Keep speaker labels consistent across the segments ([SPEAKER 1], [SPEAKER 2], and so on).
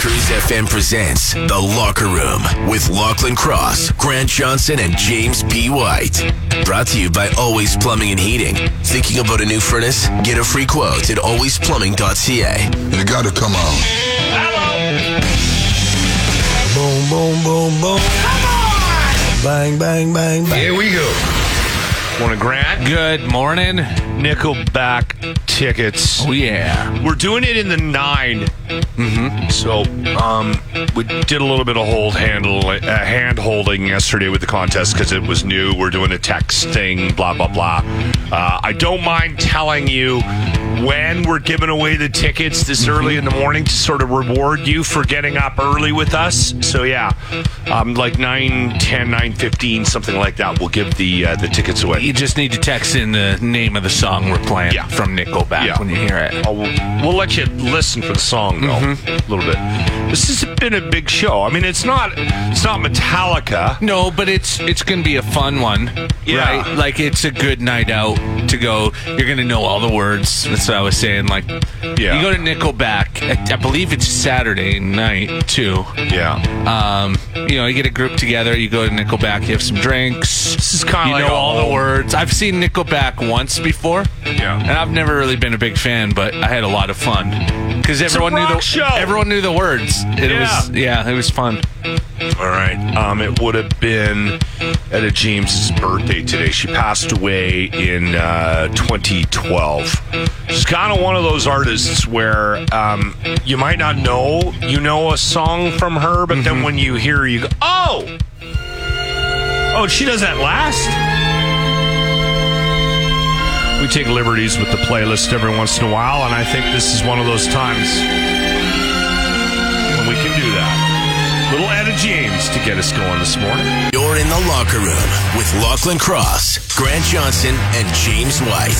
[SPEAKER 1] Cruise FM presents The Locker Room with Lachlan Cross, Grant Johnson, and James P. White. Brought to you by Always Plumbing and Heating. Thinking about a new furnace? Get a free quote at alwaysplumbing.ca.
[SPEAKER 2] You gotta come on.
[SPEAKER 3] Boom, boom, boom, boom. Bang, bang, bang, bang.
[SPEAKER 4] Here we go.
[SPEAKER 5] Morning, Grant. Good morning.
[SPEAKER 4] Nickelback tickets.
[SPEAKER 5] Oh, yeah.
[SPEAKER 4] We're doing it in the 9 Mm-hmm. So, um, we did a little bit of hold handle, uh, hand holding yesterday with the contest because it was new. We're doing a texting, blah blah blah. Uh, I don't mind telling you when we're giving away the tickets this
[SPEAKER 5] Mm-hmm.
[SPEAKER 4] early in the morning to sort of reward you for getting up early with us. So yeah, um, like 9, 10, 9, 15, something like that. We'll give the uh, the tickets away.
[SPEAKER 5] You just need to text in the name of the song we're playing
[SPEAKER 4] Yeah.
[SPEAKER 5] from Nickelback
[SPEAKER 4] Yeah.
[SPEAKER 5] when you hear it.
[SPEAKER 4] I'll, Oh, we'll let you listen for the song though a little bit. This has been a big show. I mean, it's not it's not Metallica.
[SPEAKER 5] No, but it's it's gonna be a fun one,
[SPEAKER 4] Yeah.
[SPEAKER 5] right? Like it's a good night out to go. You're gonna know all the words. That's what I was saying. Like,
[SPEAKER 4] Yeah.
[SPEAKER 5] you go to Nickelback. I, I believe it's Saturday night too.
[SPEAKER 4] Yeah,
[SPEAKER 5] Um, you know, you get a group together. You go to Nickelback. You have some drinks.
[SPEAKER 4] this is kind
[SPEAKER 5] You
[SPEAKER 4] of
[SPEAKER 5] know
[SPEAKER 4] like a
[SPEAKER 5] all the
[SPEAKER 4] whole-
[SPEAKER 5] words. I've seen Nickelback once before.
[SPEAKER 4] Yeah.
[SPEAKER 5] And I've never really been a big fan, but I had a lot of fun because
[SPEAKER 4] a
[SPEAKER 5] everyone knew
[SPEAKER 4] rock
[SPEAKER 5] the
[SPEAKER 4] show.
[SPEAKER 5] everyone knew the words. It
[SPEAKER 4] Yeah.
[SPEAKER 5] was yeah, it was fun.
[SPEAKER 4] All right. Um, it would have been Etta James's birthday today. She passed away in uh, 2012. She's kind of one of those artists where um, you might not know you know a song from her, but then when you hear, her, you go, "Oh, oh, she does that last." We take liberties with the playlist every once in a while, and I think this is one of those times when we can do that. Little Etta James to get us going this morning.
[SPEAKER 1] You're in The Locker Room with Lachlan Cross, Grant Johnson, and James White.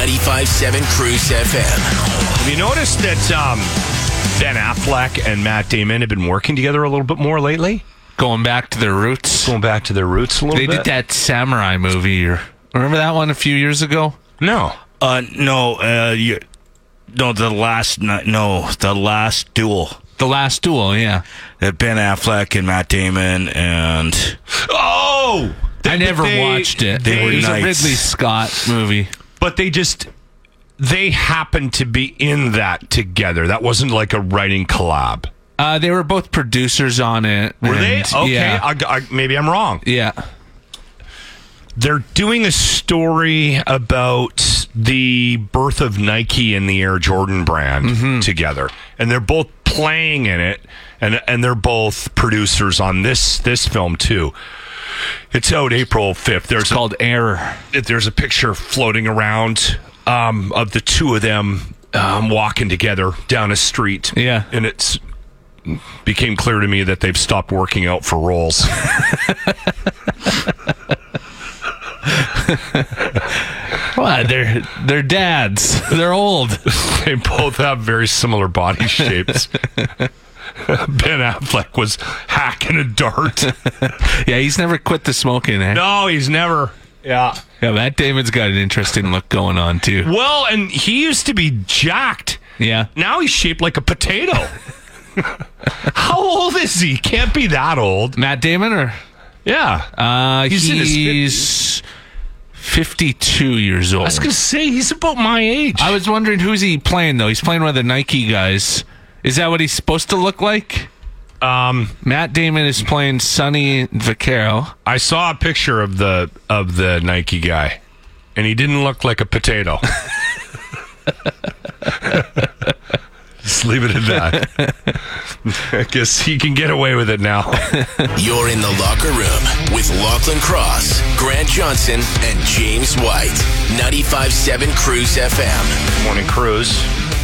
[SPEAKER 1] 95.7 Cruise FM.
[SPEAKER 4] Have you noticed that um, Ben Affleck and Matt Damon have been working together a little bit more lately?
[SPEAKER 5] Going back to their roots.
[SPEAKER 4] Going back to their roots a little
[SPEAKER 5] They
[SPEAKER 4] bit?
[SPEAKER 5] did that samurai movie. Or, remember that one a few years ago?
[SPEAKER 4] No.
[SPEAKER 3] Uh, no, uh, you, no, the last, ni- no, the last duel.
[SPEAKER 5] The Last Duel. Yeah.
[SPEAKER 3] That Ben Affleck and Matt Damon and
[SPEAKER 4] Oh!
[SPEAKER 5] I never
[SPEAKER 4] they-
[SPEAKER 5] watched it.
[SPEAKER 4] they
[SPEAKER 5] it was
[SPEAKER 3] were
[SPEAKER 5] a
[SPEAKER 3] knights.
[SPEAKER 5] Ridley Scott movie.
[SPEAKER 4] But they just. They happened to be in that together. That wasn't like a writing collab.
[SPEAKER 5] Uh, they were both producers on it.
[SPEAKER 4] Were they?
[SPEAKER 5] and-
[SPEAKER 4] Okay.
[SPEAKER 5] Yeah.
[SPEAKER 4] I, I, maybe I'm wrong.
[SPEAKER 5] yeah.
[SPEAKER 4] They're doing a story about the birth of Nike and the Air Jordan brand
[SPEAKER 5] Mm-hmm.
[SPEAKER 4] together, and they're both playing in it, and and they're both producers on this this film too. It's out April fifth. There's
[SPEAKER 5] It's called Error.
[SPEAKER 4] a, there's a picture floating around um, of the two of them um, walking together down a street.
[SPEAKER 5] Yeah.
[SPEAKER 4] and it's became clear to me that they've stopped working out for roles.
[SPEAKER 5] What? They're they're dads. They're old.
[SPEAKER 4] they both have very similar body shapes. ben Affleck was hacking a dart.
[SPEAKER 5] Yeah, he's never quit the smoking. Eh?
[SPEAKER 4] no, he's never. Yeah.
[SPEAKER 5] Yeah, Matt Damon's got an interesting look going on too.
[SPEAKER 4] Well, and he used to be jacked.
[SPEAKER 5] Yeah,
[SPEAKER 4] Now he's shaped like a potato. How old is he? Can't be that old.
[SPEAKER 5] Matt Damon, or
[SPEAKER 4] Yeah.
[SPEAKER 5] uh,
[SPEAKER 4] He's
[SPEAKER 5] he's,
[SPEAKER 4] in his
[SPEAKER 5] fifty-two years old.
[SPEAKER 4] I was going to say, he's about my age.
[SPEAKER 5] I was wondering who's he playing though. He's playing one of the Nike guys. Is that what he's supposed to look like?
[SPEAKER 4] Um,
[SPEAKER 5] Matt Damon is playing Sonny Vaccaro.
[SPEAKER 4] I saw a picture of the of the Nike guy, and he didn't look like a potato. Just leave it at that. I guess he can get away with it now.
[SPEAKER 1] You're in the locker room with Lachlan Cross, Grant Johnson, and James White. 95.7 Cruise FM.
[SPEAKER 4] Morning, Cruz.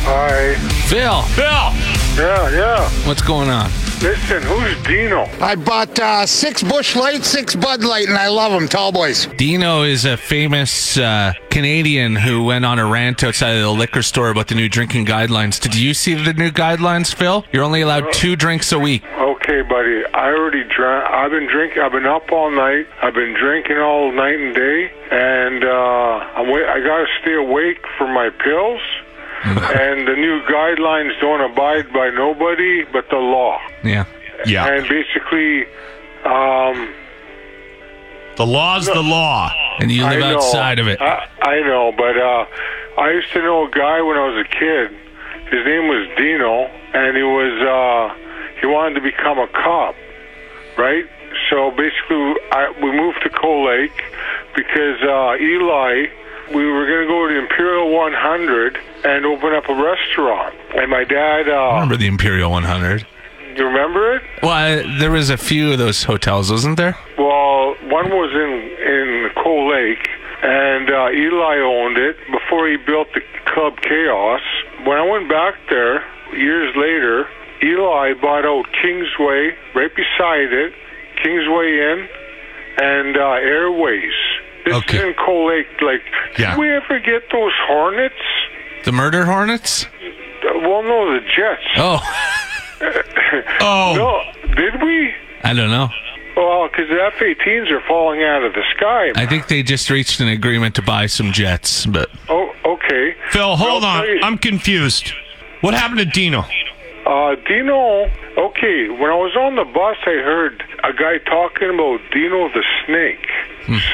[SPEAKER 6] Hi.
[SPEAKER 5] Phil,
[SPEAKER 4] Bill,
[SPEAKER 7] Yeah, yeah.
[SPEAKER 5] What's going on?
[SPEAKER 7] Listen, who's Dino?
[SPEAKER 8] I bought uh, six Bush Light, six Bud Light, and I love them, tall boys.
[SPEAKER 5] Dino is a famous uh, Canadian who went on a rant outside of the liquor store about the new drinking guidelines. Did you see the new guidelines, Phil? You're only allowed two drinks a week.
[SPEAKER 7] Okay, buddy. I already drank. I've been drinking. I've been up all night. I've been drinking all night and day, and uh, I'm wait- I gotta stay awake for my pills. and the new guidelines don't abide by nobody but the law.
[SPEAKER 5] Yeah.
[SPEAKER 4] Yeah.
[SPEAKER 7] And basically, um,
[SPEAKER 4] the law's the law.
[SPEAKER 5] And you live
[SPEAKER 7] I know. Uh,
[SPEAKER 5] outside of it.
[SPEAKER 7] I, I know, but uh, I used to know a guy when I was a kid. His name was Dino, and he was uh, he wanted to become a cop, right? So basically, I, we moved to Coal Lake because uh, Eli. We were going to go to the Imperial 100 and open up a restaurant. And my dad, uh,
[SPEAKER 5] Remember the Imperial 100?
[SPEAKER 7] you remember it?
[SPEAKER 5] Well, I, there was a few of those hotels, wasn't there?
[SPEAKER 7] Well, one was in in Coal Lake, and uh, Eli owned it before he built the Club Chaos. When I went back there years later, Eli bought out Kingsway right beside it, Kingsway Inn, and uh, Airways. This is
[SPEAKER 5] Okay.
[SPEAKER 7] in Coal Lake. Like,
[SPEAKER 4] Yeah.
[SPEAKER 7] did we ever get those Hornets?
[SPEAKER 5] The Murder Hornets?
[SPEAKER 7] Uh, Well, no, the Jets.
[SPEAKER 5] Oh,
[SPEAKER 4] Oh,
[SPEAKER 7] No, did we?
[SPEAKER 5] I don't know.
[SPEAKER 7] Well, because the F-18s are falling out of the sky.
[SPEAKER 5] I think they just reached an agreement to buy some jets, but
[SPEAKER 7] oh, okay.
[SPEAKER 4] Phil, hold
[SPEAKER 7] Well,
[SPEAKER 4] on.
[SPEAKER 7] please.
[SPEAKER 4] I'm confused. What happened to Dino?
[SPEAKER 7] Uh, Dino, okay, when I was on the bus, I heard a guy talking about Dino the Snake.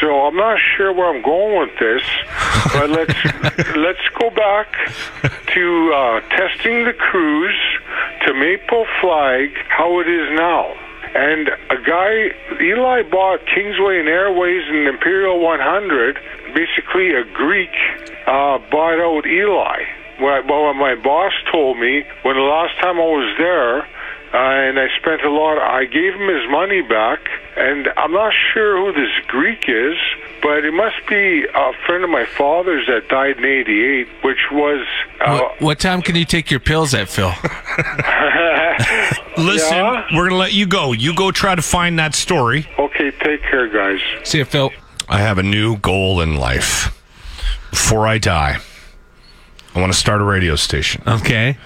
[SPEAKER 7] So I'm not sure where I'm going with this, but let's let's go back to uh, testing the cruise to Maple Flag, how it is now. And a guy, Eli bought Kingsway and Airways and Imperial 100. Basically, a Greek uh, bought out Eli what, I, what my boss told me when the last time I was there, uh, and I spent a lot. I gave him his money back, and I'm not sure who this Greek is, but it must be a friend of my father's that died in '88, which was uh,
[SPEAKER 5] what, what time can you take your pills at, Phil?
[SPEAKER 4] Listen,
[SPEAKER 7] Yeah?
[SPEAKER 4] we're gonna let you go. You go try to find that story.
[SPEAKER 7] okay. Take care, guys.
[SPEAKER 5] See you, Phil.
[SPEAKER 4] I have a new goal in life. Before I die, I want to start a radio station,
[SPEAKER 5] Okay.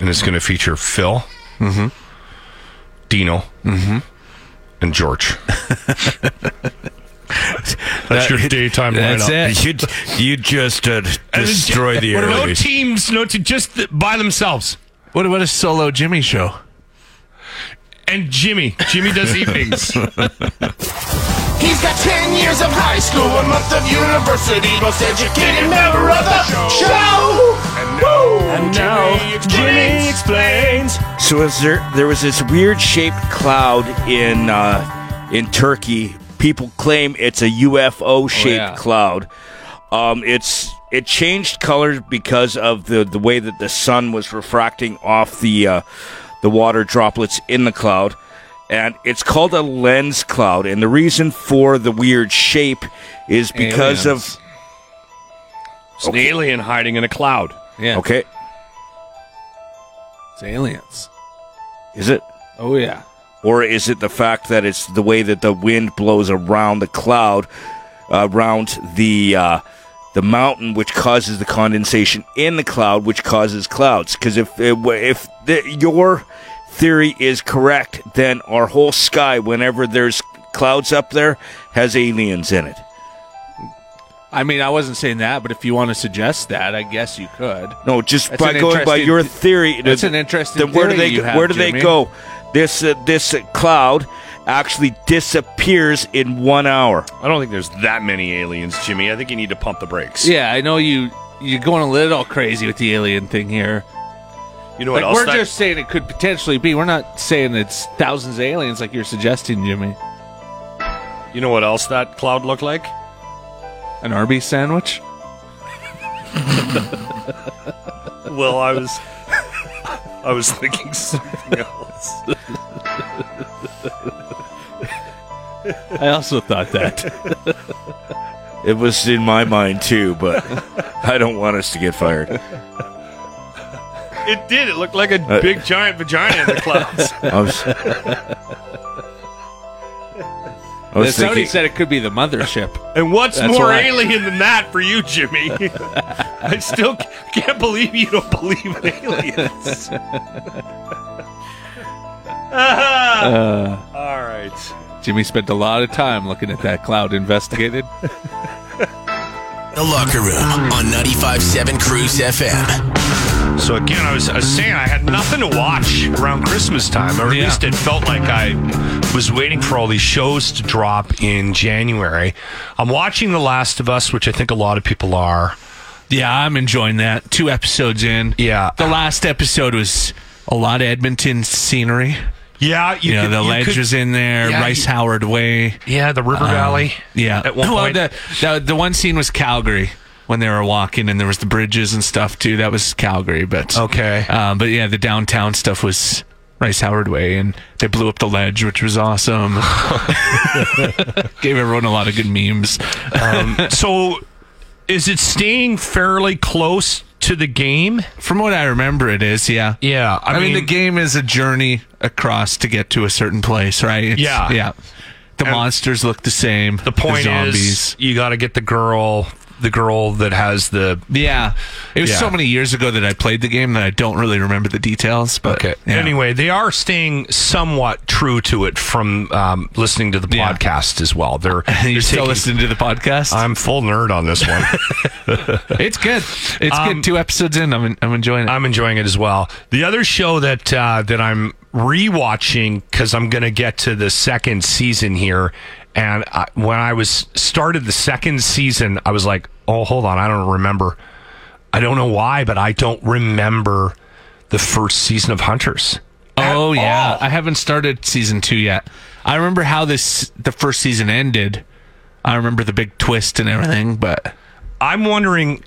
[SPEAKER 4] and it's going to feature Phil, Mm-hmm. Dino, Mm-hmm. and George. that's your daytime
[SPEAKER 5] That's
[SPEAKER 4] lineup.
[SPEAKER 5] it.
[SPEAKER 9] You'd, you'd just uh, destroy the
[SPEAKER 4] What about
[SPEAKER 9] airways.
[SPEAKER 4] teams, no, te- just th- by themselves.
[SPEAKER 5] What about a solo Jimmy show?
[SPEAKER 4] And Jimmy, Jimmy does evenings.
[SPEAKER 1] He's got 10 years of high school, a month of university, most educated member of the show. And now, Jimmy explains.
[SPEAKER 3] So as there there was this weird shaped cloud in uh, in Turkey. People claim it's a
[SPEAKER 1] Oh,
[SPEAKER 3] UFO shaped
[SPEAKER 5] yeah.
[SPEAKER 3] cloud. Um, it's it changed colors because of the, the way that the sun was refracting off the uh, the water droplets in the cloud, and it's called a lens cloud. And the reason for the weird shape is because
[SPEAKER 5] Aliens.
[SPEAKER 4] It's an alien hiding in a cloud.
[SPEAKER 5] Yeah.
[SPEAKER 3] of okay,
[SPEAKER 5] It's aliens.
[SPEAKER 3] is it?
[SPEAKER 5] Oh yeah.
[SPEAKER 3] or is it the fact that it's the way that the wind blows around the cloud, uh, around the uh, the mountain, which causes the condensation in the cloud, which causes clouds? Because if it, wa- if the, your theory is correct, then our whole sky, whenever there's clouds up there, has aliens in it.
[SPEAKER 5] I mean, I wasn't saying that, but if you want to suggest that, I guess you could.
[SPEAKER 3] No, just
[SPEAKER 5] That's
[SPEAKER 3] by
[SPEAKER 5] an
[SPEAKER 3] going by
[SPEAKER 5] interesting-
[SPEAKER 3] your theory.
[SPEAKER 5] that's
[SPEAKER 3] th-
[SPEAKER 5] an interesting
[SPEAKER 3] then where do
[SPEAKER 5] theory
[SPEAKER 3] they
[SPEAKER 5] you have,
[SPEAKER 3] where do they
[SPEAKER 5] Jimmy.
[SPEAKER 3] go? This uh, this uh, cloud actually disappears in one hour.
[SPEAKER 4] I don't think there's that many aliens, Jimmy. I think you need to pump the brakes.
[SPEAKER 5] Yeah, I know you. You're going a little crazy with the alien thing here.
[SPEAKER 4] You know what
[SPEAKER 5] Like
[SPEAKER 4] else?
[SPEAKER 5] we're
[SPEAKER 4] that-
[SPEAKER 5] just saying it could potentially be. We're not saying it's thousands of aliens like you're suggesting, Jimmy.
[SPEAKER 4] you know what else that cloud looked like?
[SPEAKER 5] An Arby's sandwich.
[SPEAKER 4] Well, I was, I was thinking something else.
[SPEAKER 5] I also thought that.
[SPEAKER 3] It was in my mind too, but I don't want us to get fired.
[SPEAKER 10] It did. It looked like a
[SPEAKER 3] Uh,
[SPEAKER 10] big giant vagina in the clouds.
[SPEAKER 3] I was- I was
[SPEAKER 5] Somebody
[SPEAKER 3] thinking-
[SPEAKER 5] said it could be the mothership.
[SPEAKER 10] And what's
[SPEAKER 5] That's
[SPEAKER 10] more
[SPEAKER 5] why.
[SPEAKER 10] alien than that for you, Jimmy? I still c- can't believe you don't believe in aliens.
[SPEAKER 5] Uh.
[SPEAKER 10] All right.
[SPEAKER 5] Jimmy spent a lot of time looking at that cloud investigated.
[SPEAKER 1] The Locker Room on 95.7 Cruise FM.
[SPEAKER 4] So again, I was, I was saying I had nothing to watch around Christmas time, or at least it felt like I was waiting for all these shows to drop in January. I'm watching The Last of Us, which I think a lot of people are.
[SPEAKER 5] Yeah, I'm enjoying that. Two episodes in.
[SPEAKER 4] Yeah.
[SPEAKER 5] The last episode was a lot of Edmonton scenery.
[SPEAKER 4] Yeah,
[SPEAKER 5] You, know,
[SPEAKER 4] could-
[SPEAKER 5] the ledge
[SPEAKER 4] could-
[SPEAKER 5] was in there,
[SPEAKER 4] Yeah,
[SPEAKER 5] Rice
[SPEAKER 4] you-
[SPEAKER 5] Howard Way.
[SPEAKER 4] Yeah, the River
[SPEAKER 5] Um,
[SPEAKER 4] Valley.
[SPEAKER 5] Yeah.
[SPEAKER 4] at one
[SPEAKER 5] Well,
[SPEAKER 4] point.
[SPEAKER 5] The, the, the one scene was Calgary when they were walking and there was the bridges and stuff too. That was Calgary, but
[SPEAKER 4] Okay.
[SPEAKER 5] Um, but yeah, the downtown stuff was Rice Howard Way and they blew up the ledge, which was awesome. Gave everyone a lot of good memes.
[SPEAKER 4] Um, so, is it staying fairly close to the game?
[SPEAKER 5] From what I remember, it is, yeah.
[SPEAKER 4] Yeah,
[SPEAKER 5] I, mean, the game is a journey across to get to a certain place, right? It's-
[SPEAKER 4] Yeah.
[SPEAKER 5] yeah. The monsters look the same.
[SPEAKER 4] The point
[SPEAKER 5] zombies.
[SPEAKER 4] is, you got to get the girl, the girl that has the
[SPEAKER 5] yeah, it was
[SPEAKER 4] Yeah.
[SPEAKER 5] so many years ago that I played the game that I don't really remember the details. But
[SPEAKER 4] Okay.
[SPEAKER 5] yeah.
[SPEAKER 4] Anyway, they are staying somewhat true to it from um, listening to the
[SPEAKER 5] Yeah.
[SPEAKER 4] podcast as well. They're, they're
[SPEAKER 5] you're still
[SPEAKER 4] taking-
[SPEAKER 5] listening to the podcast.
[SPEAKER 4] I'm full nerd on this one.
[SPEAKER 5] it's good. It's
[SPEAKER 4] Um,
[SPEAKER 5] good. Two episodes in, I'm I'm enjoying it.
[SPEAKER 4] I'm enjoying it as well. The other show that uh, that I'm rewatching because I'm going to get to the second season here, and I, when I was started the second season, I was like, "Oh, hold on, I don't remember. I don't know why, but I don't remember the first season of Hunters."
[SPEAKER 5] oh yeah, I haven't started season two yet. I remember how this the first season ended. I remember the big twist and everything, but
[SPEAKER 4] I'm wondering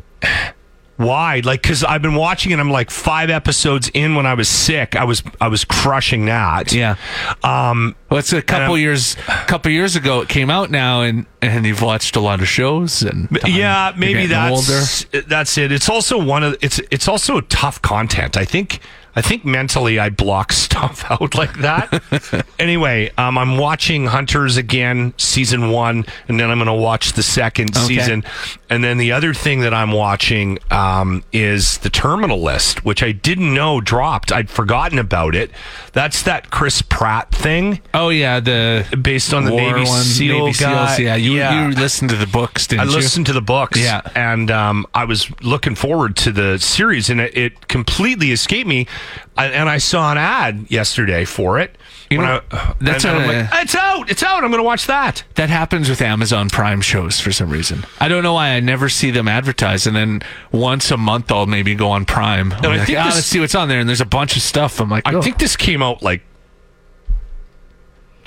[SPEAKER 4] why like because i've been watching it i'm like five episodes in when i was sick i was i was crushing that
[SPEAKER 5] yeah.
[SPEAKER 4] um
[SPEAKER 5] Well, it's a couple
[SPEAKER 4] I'm-
[SPEAKER 5] years, couple years ago it came out now, and and you've watched a lot of shows and um,
[SPEAKER 4] yeah
[SPEAKER 5] you're
[SPEAKER 4] maybe
[SPEAKER 5] getting
[SPEAKER 4] that's that's it it's also one of it's it's also tough content i think i think mentally i block stuff out like that anyway um i'm watching hunters again season one and then i'm gonna watch the second
[SPEAKER 5] Okay.
[SPEAKER 4] season and then the other thing that i'm watching um is the terminal list which i didn't know dropped i'd forgotten about it that's that chris pratt thing
[SPEAKER 5] Oh yeah, the
[SPEAKER 4] based on the
[SPEAKER 5] war
[SPEAKER 4] navy
[SPEAKER 5] one,
[SPEAKER 4] seal
[SPEAKER 5] Navy
[SPEAKER 4] guy
[SPEAKER 5] Seals, Yeah, you you listened to the books, didn't
[SPEAKER 4] I listened to the books.
[SPEAKER 5] Yeah.
[SPEAKER 4] And um, I was looking forward to the series, and it, it completely escaped me. I, and I saw an ad yesterday for it.
[SPEAKER 5] You
[SPEAKER 4] When
[SPEAKER 5] know,
[SPEAKER 4] I-
[SPEAKER 5] that's
[SPEAKER 4] and- and I'm
[SPEAKER 5] a-
[SPEAKER 4] like, it's out. It's out. I'm going to watch that.
[SPEAKER 5] you? That happens with Amazon Prime shows for some reason. I don't know why I never see them advertised, and then once a month I'll maybe go on Prime. I'm
[SPEAKER 4] I
[SPEAKER 5] like,
[SPEAKER 4] think
[SPEAKER 5] "Ah,
[SPEAKER 4] this-
[SPEAKER 5] let's see what's on there, and there's a bunch of stuff. I'm like,
[SPEAKER 4] I
[SPEAKER 5] oh,
[SPEAKER 4] think this came out like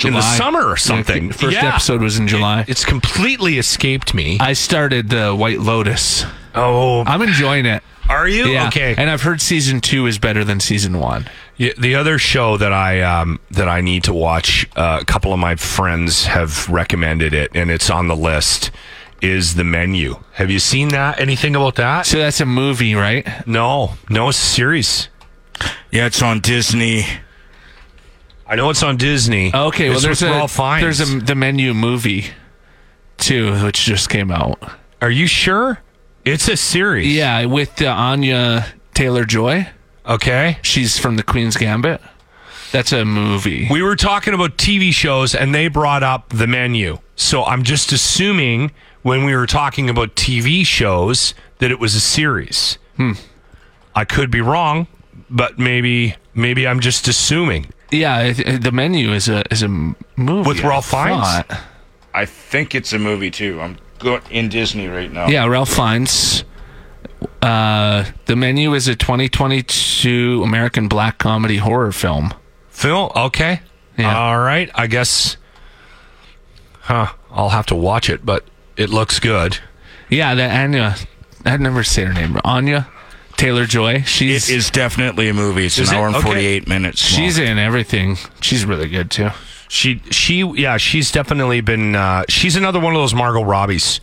[SPEAKER 4] in the
[SPEAKER 5] July.
[SPEAKER 4] summer or something.
[SPEAKER 5] Yeah, first
[SPEAKER 4] Yeah.
[SPEAKER 5] episode was in July.
[SPEAKER 4] It's completely escaped me.
[SPEAKER 5] I started the White Lotus.
[SPEAKER 4] oh,
[SPEAKER 5] I'm enjoying it.
[SPEAKER 4] are you
[SPEAKER 5] Yeah.
[SPEAKER 4] okay?
[SPEAKER 5] And I've heard season two is better than season one.
[SPEAKER 4] Yeah, the other show that I um, that I need to watch, uh, a couple of my friends have recommended it, and it's on the list. Is the menu? Have you seen that? Anything about that?
[SPEAKER 5] So that's a movie, right?
[SPEAKER 4] No, no it's a series.
[SPEAKER 3] yeah, it's on Disney.
[SPEAKER 4] I know it's on Disney.
[SPEAKER 5] Okay, well
[SPEAKER 4] It's
[SPEAKER 5] there's
[SPEAKER 4] with
[SPEAKER 5] a
[SPEAKER 4] Ralph Fiennes.
[SPEAKER 5] there's a the menu movie too, which just came out.
[SPEAKER 4] Are you sure? It's a series.
[SPEAKER 5] Yeah, with uh, Anya Taylor Joy.
[SPEAKER 4] Okay.
[SPEAKER 5] She's from the Queen's Gambit. That's a movie.
[SPEAKER 4] We were talking about TV shows, and they brought up the menu. So I'm just assuming when we were talking about TV shows that it was a series.
[SPEAKER 5] Hmm.
[SPEAKER 4] I could be wrong, but maybe maybe I'm just assuming.
[SPEAKER 5] yeah, I th- the menu is a is a m- movie
[SPEAKER 4] With
[SPEAKER 5] I
[SPEAKER 4] Ralph Fiennes?
[SPEAKER 5] thought.
[SPEAKER 3] I think it's a movie too. I'm go- in Disney right now.
[SPEAKER 5] Yeah, Ralph Fiennes. Uh, the menu is a 2022 American black comedy horror film.
[SPEAKER 4] Phil, okay,
[SPEAKER 5] Yeah.
[SPEAKER 4] all right. I guess, huh? I'll have to watch it, but it looks good.
[SPEAKER 5] Yeah, that Anya. I'd never say her name. Anya Taylor Joy. She's
[SPEAKER 3] It is definitely a movie. It's
[SPEAKER 4] Is
[SPEAKER 3] an
[SPEAKER 4] it?
[SPEAKER 3] hour and
[SPEAKER 4] Okay.
[SPEAKER 3] 48 minutes. long.
[SPEAKER 5] she's in everything. She's really good too.
[SPEAKER 11] She she yeah she's definitely been uh, she's another one of those Margot Robbies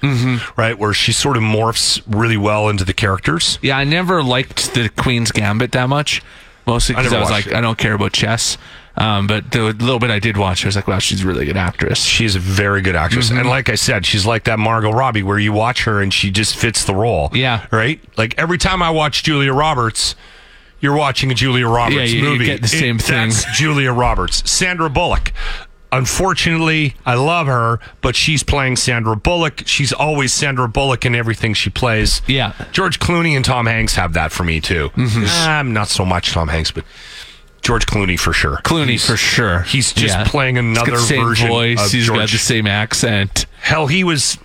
[SPEAKER 11] right where she sort of morphs really well into the characters.
[SPEAKER 12] Yeah, I never liked the Queen's Gambit that much, mostly
[SPEAKER 11] I
[SPEAKER 12] because
[SPEAKER 11] never
[SPEAKER 12] I, was
[SPEAKER 11] watched
[SPEAKER 12] like, I don't care about chess. Um, but the little bit I did watch, I was like, wow, she's a really good actress.
[SPEAKER 11] She's a very good actress,
[SPEAKER 12] Mhm.
[SPEAKER 11] and like I said, she's like that Margot Robbie where you watch her and she just fits the role.
[SPEAKER 12] Yeah.
[SPEAKER 11] right. Like every time I watch Julia Roberts. You're watching a Julia Roberts
[SPEAKER 12] you- you
[SPEAKER 11] movie.
[SPEAKER 12] get the same thing.
[SPEAKER 11] That's Julia Roberts. Sandra Bullock. Unfortunately, I love her, but she's playing Sandra Bullock. She's always Sandra Bullock in everything she plays. Yeah. George Clooney and Tom Hanks have that for me too.
[SPEAKER 12] Mm-hmm.
[SPEAKER 11] I'm not so much Tom Hanks, but George Clooney for sure.
[SPEAKER 12] Clooney for sure.
[SPEAKER 11] He's just
[SPEAKER 12] Yeah.
[SPEAKER 11] playing
[SPEAKER 12] He's got
[SPEAKER 11] another
[SPEAKER 12] the same
[SPEAKER 11] version
[SPEAKER 12] voice.
[SPEAKER 11] of
[SPEAKER 12] He's
[SPEAKER 11] George.
[SPEAKER 12] got the same accent.
[SPEAKER 11] Hell, he was.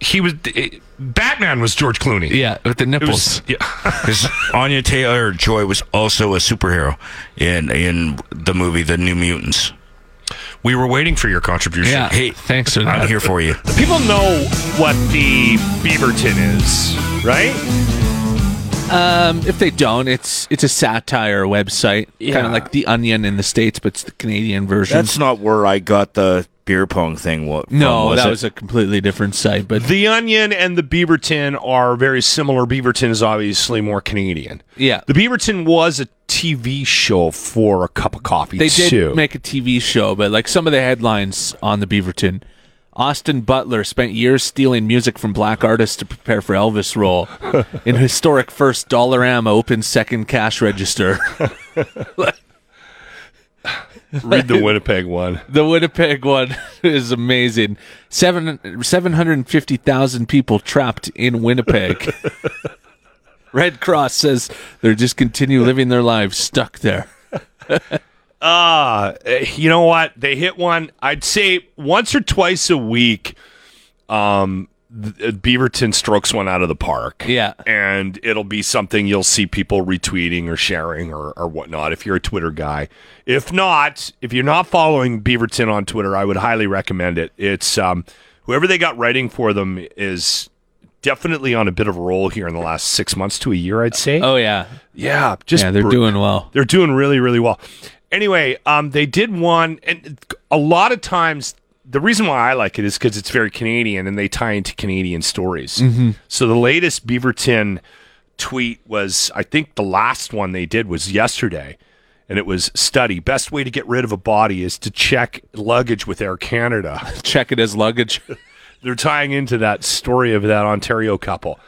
[SPEAKER 11] He was. it- Batman was George Clooney.
[SPEAKER 12] Yeah, with the nipples.
[SPEAKER 3] Because Anya Taylor Joy was also a superhero in in the movie The New Mutants.
[SPEAKER 11] We were waiting for your contribution.
[SPEAKER 3] Yeah, hey,
[SPEAKER 12] thanks for
[SPEAKER 3] I'm here for you.
[SPEAKER 4] People know what the Beaverton is, right?
[SPEAKER 5] Um, if they don't, it's it's a satire website, kind
[SPEAKER 3] Yeah.
[SPEAKER 5] of like the Onion in the states, but it's the Canadian version.
[SPEAKER 3] That's not where I got the beer pong thing. What?
[SPEAKER 5] no, that
[SPEAKER 3] it?
[SPEAKER 5] was a completely different site. But
[SPEAKER 4] The Onion and the Beaverton are very similar. Beaverton is obviously more Canadian.
[SPEAKER 5] Yeah.
[SPEAKER 4] The Beaverton was a TV show for a cup of coffee.
[SPEAKER 5] They did
[SPEAKER 4] too.
[SPEAKER 5] make a TV show, but like some of the headlines on the Beaverton. Austin Butler spent years stealing music from black artists to prepare for Elvis role in historic first Dollarama open second cash register.
[SPEAKER 4] Read the Winnipeg one.
[SPEAKER 5] The Winnipeg one is amazing. Seven seven hundred fifty thousand people trapped in Winnipeg. Red Cross says they're just continue living their lives stuck there.
[SPEAKER 4] Ah, eh, you know what? They hit one. I'd say once or twice a week. Um, th- Beaverton strokes one out of the park.
[SPEAKER 5] Yeah,
[SPEAKER 4] and it'll be something you'll see people retweeting or sharing or or whatnot. If you're a Twitter guy, if not, if you're not following Beaverton on Twitter, I would highly recommend it. It's um, whoever they got writing for them is definitely on a bit of a roll here in the last six months to a year. I'd say.
[SPEAKER 5] Oh yeah,
[SPEAKER 4] yeah. Just
[SPEAKER 5] yeah, they're
[SPEAKER 4] br-
[SPEAKER 5] doing well.
[SPEAKER 4] They're doing really, really well. Anyway, um, they did one, and a lot of times the reason why I like it is because it's very Canadian, and they tie into Canadian stories.
[SPEAKER 13] Mhm.
[SPEAKER 4] So the latest Beaverton tweet was, I think the last one they did was yesterday, and it was study best way to get rid of a body is to check luggage with Air Canada.
[SPEAKER 5] check it as luggage.
[SPEAKER 4] They're tying into that story of that Ontario couple.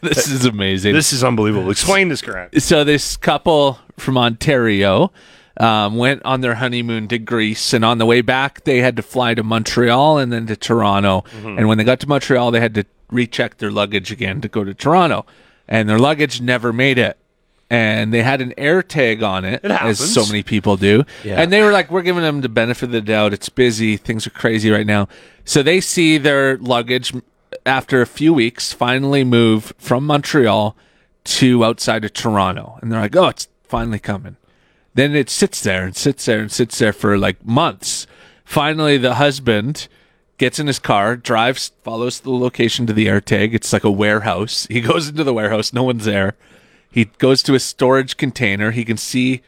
[SPEAKER 5] This is amazing.
[SPEAKER 4] This is unbelievable. Explain this, Grant.
[SPEAKER 5] So this couple from Ontario um, went on their honeymoon to Greece, and on the way back, they had to fly to Montreal and then to Toronto.
[SPEAKER 13] Mhm.
[SPEAKER 5] And when they got to Montreal, they had to recheck their luggage again to go to Toronto, and their luggage never made it. And they had an air tag on it,
[SPEAKER 13] It
[SPEAKER 5] as so
[SPEAKER 13] happens.
[SPEAKER 5] many people do.
[SPEAKER 13] Yeah.
[SPEAKER 5] And they were like, "We're giving them the benefit of the doubt. It's busy. Things are crazy right now." So they see their luggage after a few weeks finally move from Montreal to outside of Toronto. And they're like, oh, it's finally coming. Then it sits there and sits there and sits there for like months. Finally, the husband gets in his car, drives, follows the location to the air tag. It's like a warehouse. He goes into the warehouse, no one's there. He goes to a storage container. He can see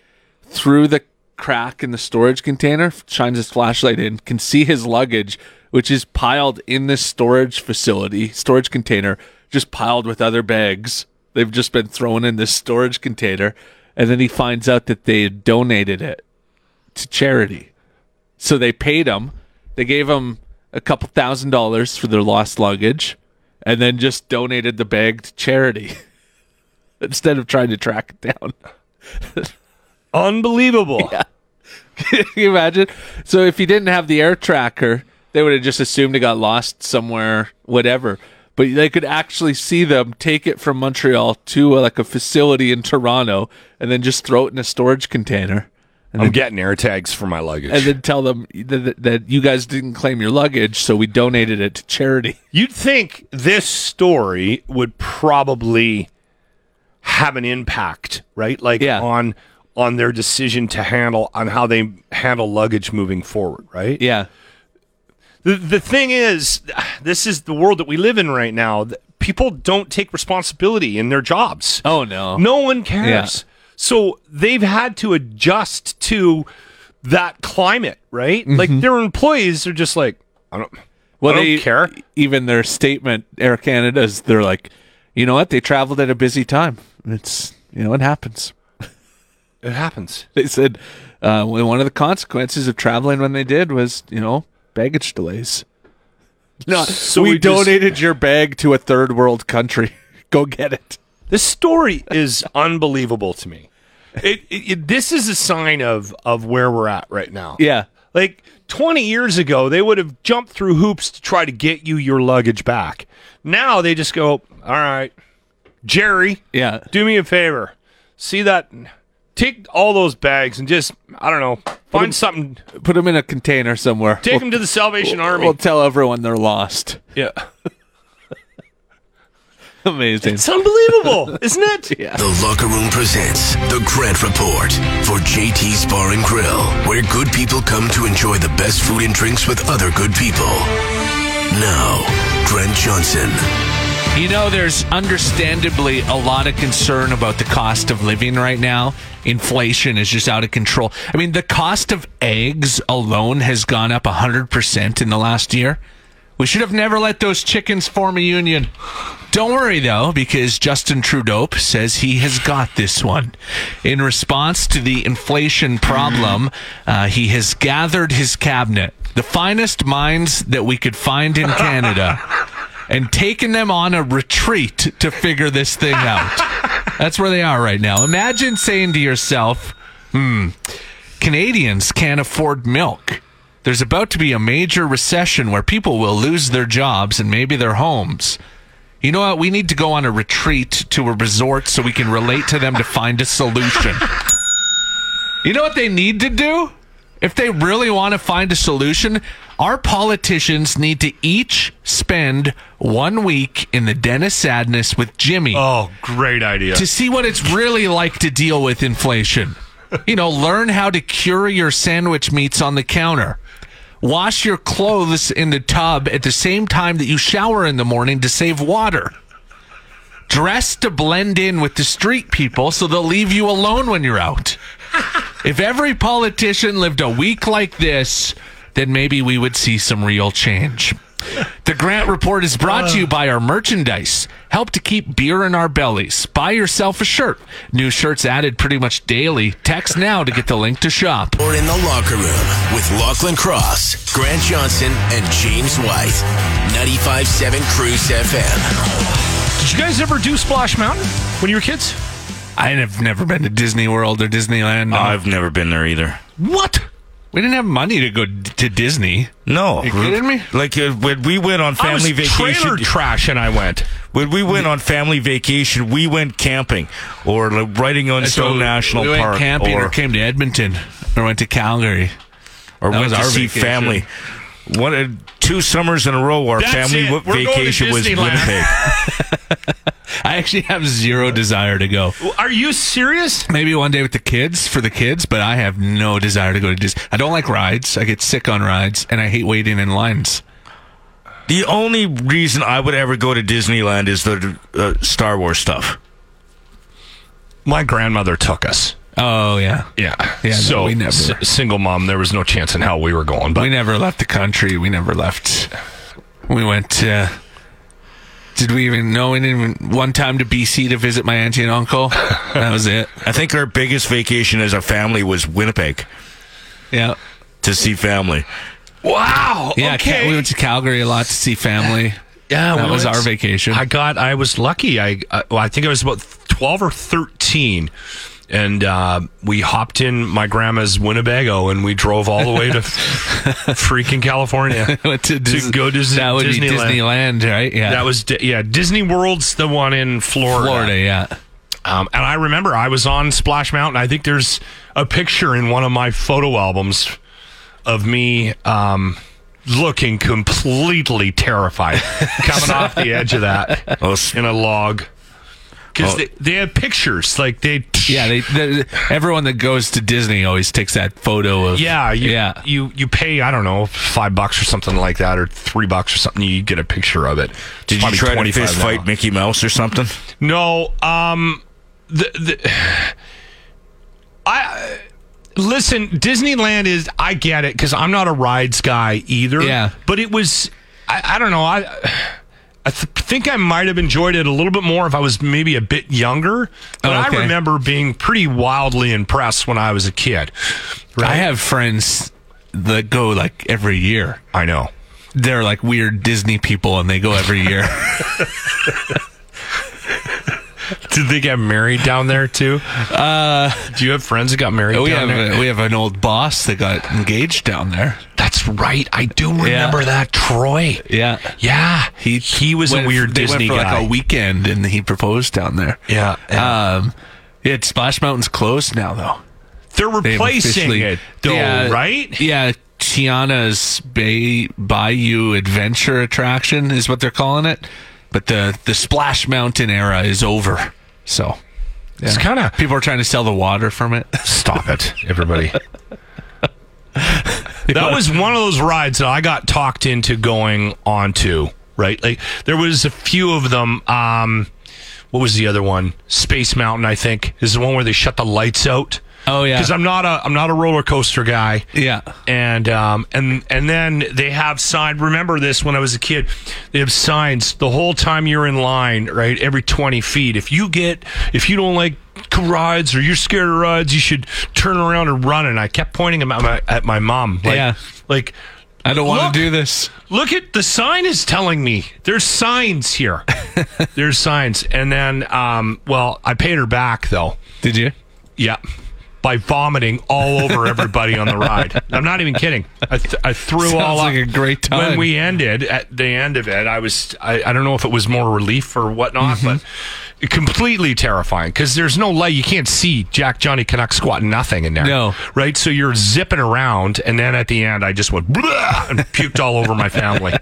[SPEAKER 5] through the crack in the storage container, shines his flashlight in, can see his luggage, which is piled in this storage facility, storage container, just piled with other bags. They've just been thrown in this storage container. And then he finds out that they had donated it to charity. So they paid him. They gave him a couple thousand dollars for their lost luggage and then just donated the bag to charity instead of trying to track it down.
[SPEAKER 4] Unbelievable.
[SPEAKER 5] Yeah. Can you imagine? So if you didn't have the air tracker, they would have just assumed it got lost somewhere, whatever. But they could actually see them take it from Montreal to uh, like a facility in Toronto and then just throw it in a storage container. And
[SPEAKER 4] I'm
[SPEAKER 5] then-
[SPEAKER 4] getting air tags for my luggage.
[SPEAKER 5] and then tell them that, that you guys didn't claim your luggage, so we donated it to charity.
[SPEAKER 4] You'd think this story would probably have an impact, right? Like on on their decision to handle on how they handle luggage moving forward, right?
[SPEAKER 5] Yeah.
[SPEAKER 4] The the thing is, this is the world that we live in right now. Th- People don't take responsibility in their jobs.
[SPEAKER 5] Oh no.
[SPEAKER 4] No one cares. So they've had to adjust to that climate, right? Like their employees are just like, I don't,
[SPEAKER 5] Mm-hmm. Well,
[SPEAKER 4] I don't
[SPEAKER 5] they
[SPEAKER 4] care.
[SPEAKER 5] Even their statement, Air Canada's, they're like, you know what? They traveled at a busy time. It's you know it happens.
[SPEAKER 4] It happens.
[SPEAKER 5] they said uh, well, one of the consequences of traveling when they did was you know baggage delays. No,
[SPEAKER 4] So
[SPEAKER 5] we,
[SPEAKER 4] we just-
[SPEAKER 5] donated your bag to a third world country. Go get it.
[SPEAKER 4] This story is unbelievable to me. It, it, it- this is a sign of of where we're at right now.
[SPEAKER 5] Yeah.
[SPEAKER 4] Like 20 years ago, they would have jumped through hoops to try to get you your luggage back. Now they just go, "All right, Jerry,
[SPEAKER 5] yeah,
[SPEAKER 4] do me a favor. See that take all those bags and just I don't know, find something
[SPEAKER 5] Put them in a container somewhere.
[SPEAKER 4] Take 'em to the Salvation
[SPEAKER 5] we'll-
[SPEAKER 4] Army.
[SPEAKER 5] We'll tell everyone they're lost.
[SPEAKER 4] Yeah.
[SPEAKER 5] Amazing.
[SPEAKER 4] It's unbelievable, isn't it?
[SPEAKER 1] The Locker Room presents the Grant Report for JT's Bar and Grill, where good people come to enjoy the best food and drinks with other good people. Now, Grant Johnson.
[SPEAKER 5] You know, there's understandably a lot of concern about the cost of living right now. Inflation is just out of control. I mean, the cost of eggs alone has gone up 100% in the last year. We should have never let those chickens form a union. Don't worry, though, because Justin Trudeau says he has got this one. In response to the inflation problem, uh, he has gathered his cabinet, the finest minds that we could find in Canada. and taking them on a retreat to figure this thing out. That's where they are right now. Imagine saying to yourself, hmm, Canadians can't afford milk. There's about to be a major recession where people will lose their jobs and maybe their homes. You know what? We need to go on a retreat to a resort so we can relate to them to find a solution. You know what they need to do? If they really want to find a solution, our politicians need to each spend one week in the Dennis Sadness with Jimmy.
[SPEAKER 4] Oh, great idea.
[SPEAKER 5] To see what it's really like to deal with inflation. You know, learn how to cure your sandwich meats on the counter. Wash your clothes in the tub at the same time that you shower in the morning to save water. Dress to blend in with the street people so they'll leave you alone when you're out. If every politician lived a week like this, then maybe we would see some real change. The Grant Report is brought to you by our merchandise. Help to keep beer in our bellies. Buy yourself a shirt. New shirts added pretty much daily. Text now to get the link to shop.
[SPEAKER 1] Or in the Locker Room with Lachlan Cross, Grant Johnson, and James White. 95.7 Cruise FM.
[SPEAKER 4] Did you guys ever do Splash Mountain when you were kids?
[SPEAKER 5] I have never been to Disney World or Disneyland.
[SPEAKER 14] I've never been there either.
[SPEAKER 4] What?
[SPEAKER 5] Uh, We didn't have money to go d- to Disney.
[SPEAKER 14] No,
[SPEAKER 5] You kidding me?
[SPEAKER 14] Like uh, when we went on
[SPEAKER 5] I was
[SPEAKER 14] family
[SPEAKER 5] trailer
[SPEAKER 14] vacation,
[SPEAKER 4] trash, and I went.
[SPEAKER 14] When we went on family vacation, we went camping or like, riding on Stone National
[SPEAKER 5] we went
[SPEAKER 14] Park,
[SPEAKER 5] camping or,
[SPEAKER 14] or,
[SPEAKER 5] came to Edmonton or went to Calgary
[SPEAKER 14] or
[SPEAKER 5] That
[SPEAKER 14] went
[SPEAKER 5] was
[SPEAKER 14] to
[SPEAKER 5] our
[SPEAKER 14] see
[SPEAKER 5] vacation.
[SPEAKER 14] family. One, uh, two summers in a row, our
[SPEAKER 5] That's
[SPEAKER 14] family
[SPEAKER 5] it.
[SPEAKER 14] w-
[SPEAKER 5] We're going to
[SPEAKER 14] vacation was
[SPEAKER 5] Disneyland.
[SPEAKER 14] Winnipeg.
[SPEAKER 5] I actually have zero desire to go.
[SPEAKER 4] Are you serious?
[SPEAKER 5] Maybe one day with the kids for the kids, but I have no desire to go to Disney. I don't like rides. I get sick on rides, and I hate waiting in lines.
[SPEAKER 14] The only reason I would ever go to Disneyland is the uh, Star Wars stuff.
[SPEAKER 4] My grandmother took us.
[SPEAKER 5] Oh yeah,
[SPEAKER 4] yeah,
[SPEAKER 5] yeah. no,
[SPEAKER 4] so
[SPEAKER 5] we never,
[SPEAKER 4] s- single mom, there was no chance in hell we were going. But
[SPEAKER 5] we never left the country. We never left. We went. Uh, did we even know? We didn't even one time to BC to visit my auntie and uncle. That was it.
[SPEAKER 14] I think our biggest vacation as a family was Winnipeg.
[SPEAKER 5] Yeah.
[SPEAKER 14] To see family.
[SPEAKER 4] wow,
[SPEAKER 5] Yeah, Ca-
[SPEAKER 4] okay.
[SPEAKER 5] we went to Calgary a lot to see family.
[SPEAKER 4] Yeah,
[SPEAKER 5] that
[SPEAKER 4] we
[SPEAKER 5] was
[SPEAKER 4] went-
[SPEAKER 5] our vacation.
[SPEAKER 4] I got. I was lucky. I I- well, I think I was about twelve or thirteen, and uh, we hopped in my grandma's Winnebago and we drove all the way to freaking California
[SPEAKER 5] Went to, Dis-
[SPEAKER 4] go to Dis-
[SPEAKER 5] that would be Disneyland, right? Yeah,
[SPEAKER 4] That was Di- yeah. Disney World's the one in Florida.
[SPEAKER 5] Florida. Yeah.
[SPEAKER 4] Um, and I remember I was on Splash Mountain. I think there's a picture in one of my photo albums of me um, looking completely terrified coming off the edge of that
[SPEAKER 14] Oh,
[SPEAKER 4] in a log. Because
[SPEAKER 5] Oh.
[SPEAKER 4] they, they have pictures. Like they.
[SPEAKER 5] Yeah, they, they, everyone that goes to Disney always takes that photo of.
[SPEAKER 4] Yeah, you,
[SPEAKER 5] yeah.
[SPEAKER 4] you you pay I don't know five bucks or something like that, or three bucks or something. You get a picture of it. It's
[SPEAKER 14] Did you
[SPEAKER 4] probably
[SPEAKER 14] try to
[SPEAKER 4] 25
[SPEAKER 14] fist
[SPEAKER 4] now.
[SPEAKER 14] fight Mickey Mouse or something?
[SPEAKER 4] No, um, the the I Listen, Disneyland is. I get it because I'm not a rides guy either. Yeah, but it was. I, I don't know. I. I th- think I might have enjoyed it a little bit more if I was maybe a bit younger. But
[SPEAKER 15] Oh, okay.
[SPEAKER 4] I remember being pretty wildly impressed when I was a kid.
[SPEAKER 5] I have friends that go like every year.
[SPEAKER 4] I know.
[SPEAKER 5] They're like weird Disney people and they go every year.
[SPEAKER 4] Did they get married down there too? Uh, Do you have friends that got married?
[SPEAKER 5] Oh, we
[SPEAKER 4] down
[SPEAKER 5] have
[SPEAKER 4] there?
[SPEAKER 5] a, we have an old boss that got engaged down there.
[SPEAKER 4] That's right. I do remember that Troy.
[SPEAKER 5] Yeah.
[SPEAKER 4] Yeah.
[SPEAKER 5] He
[SPEAKER 4] he was a weird
[SPEAKER 5] they
[SPEAKER 4] Disney
[SPEAKER 5] went for
[SPEAKER 4] guy.
[SPEAKER 5] Like a weekend and he proposed down there.
[SPEAKER 4] Yeah.
[SPEAKER 5] Um yeah, Splash Mountain's closed now though.
[SPEAKER 4] They're replacing it, though, right?
[SPEAKER 5] Yeah, Tiana's Bay Bayou Adventure attraction is what they're calling it, but the the Splash Mountain era is over. So
[SPEAKER 4] It's kinda-
[SPEAKER 5] people are trying to sell the water from it.
[SPEAKER 4] Stop it, everybody. that was one of those rides that I got talked into going onto. Right, like there was a few of them. Um, what was the other one? Space Mountain, I think, is the one where they shut the lights out.
[SPEAKER 5] Oh yeah,
[SPEAKER 4] because I'm not a I'm not a roller coaster guy.
[SPEAKER 5] Yeah,
[SPEAKER 4] and um and and then they have sign. Remember this when I was a kid, they have signs the whole time you're in line. Right, every 20 feet. If you get if you don't like c- rides or you're scared of rides, you should turn around and run. And I kept pointing them at my at my mom. Like,
[SPEAKER 5] Yeah.
[SPEAKER 4] like
[SPEAKER 5] I don't want
[SPEAKER 4] look,
[SPEAKER 5] to do this.
[SPEAKER 4] Look at the sign is telling me there's signs here. there's signs, and then um, well, I paid her back though.
[SPEAKER 5] Did you?
[SPEAKER 4] Yeah, by vomiting all over everybody on the ride. I'm not even kidding. I, th- I threw
[SPEAKER 5] Sounds
[SPEAKER 4] all
[SPEAKER 5] like
[SPEAKER 4] up.
[SPEAKER 5] a great time.
[SPEAKER 4] When we ended at the end of it, I was I, I don't know if it was more relief or whatnot,
[SPEAKER 5] Mm-hmm.
[SPEAKER 4] but completely terrifying because there's no light. You can't see Jack Johnny Canuck squat nothing in there. No, right? So you're zipping around, and then at the end, I just went "Bleh," and puked all over my family.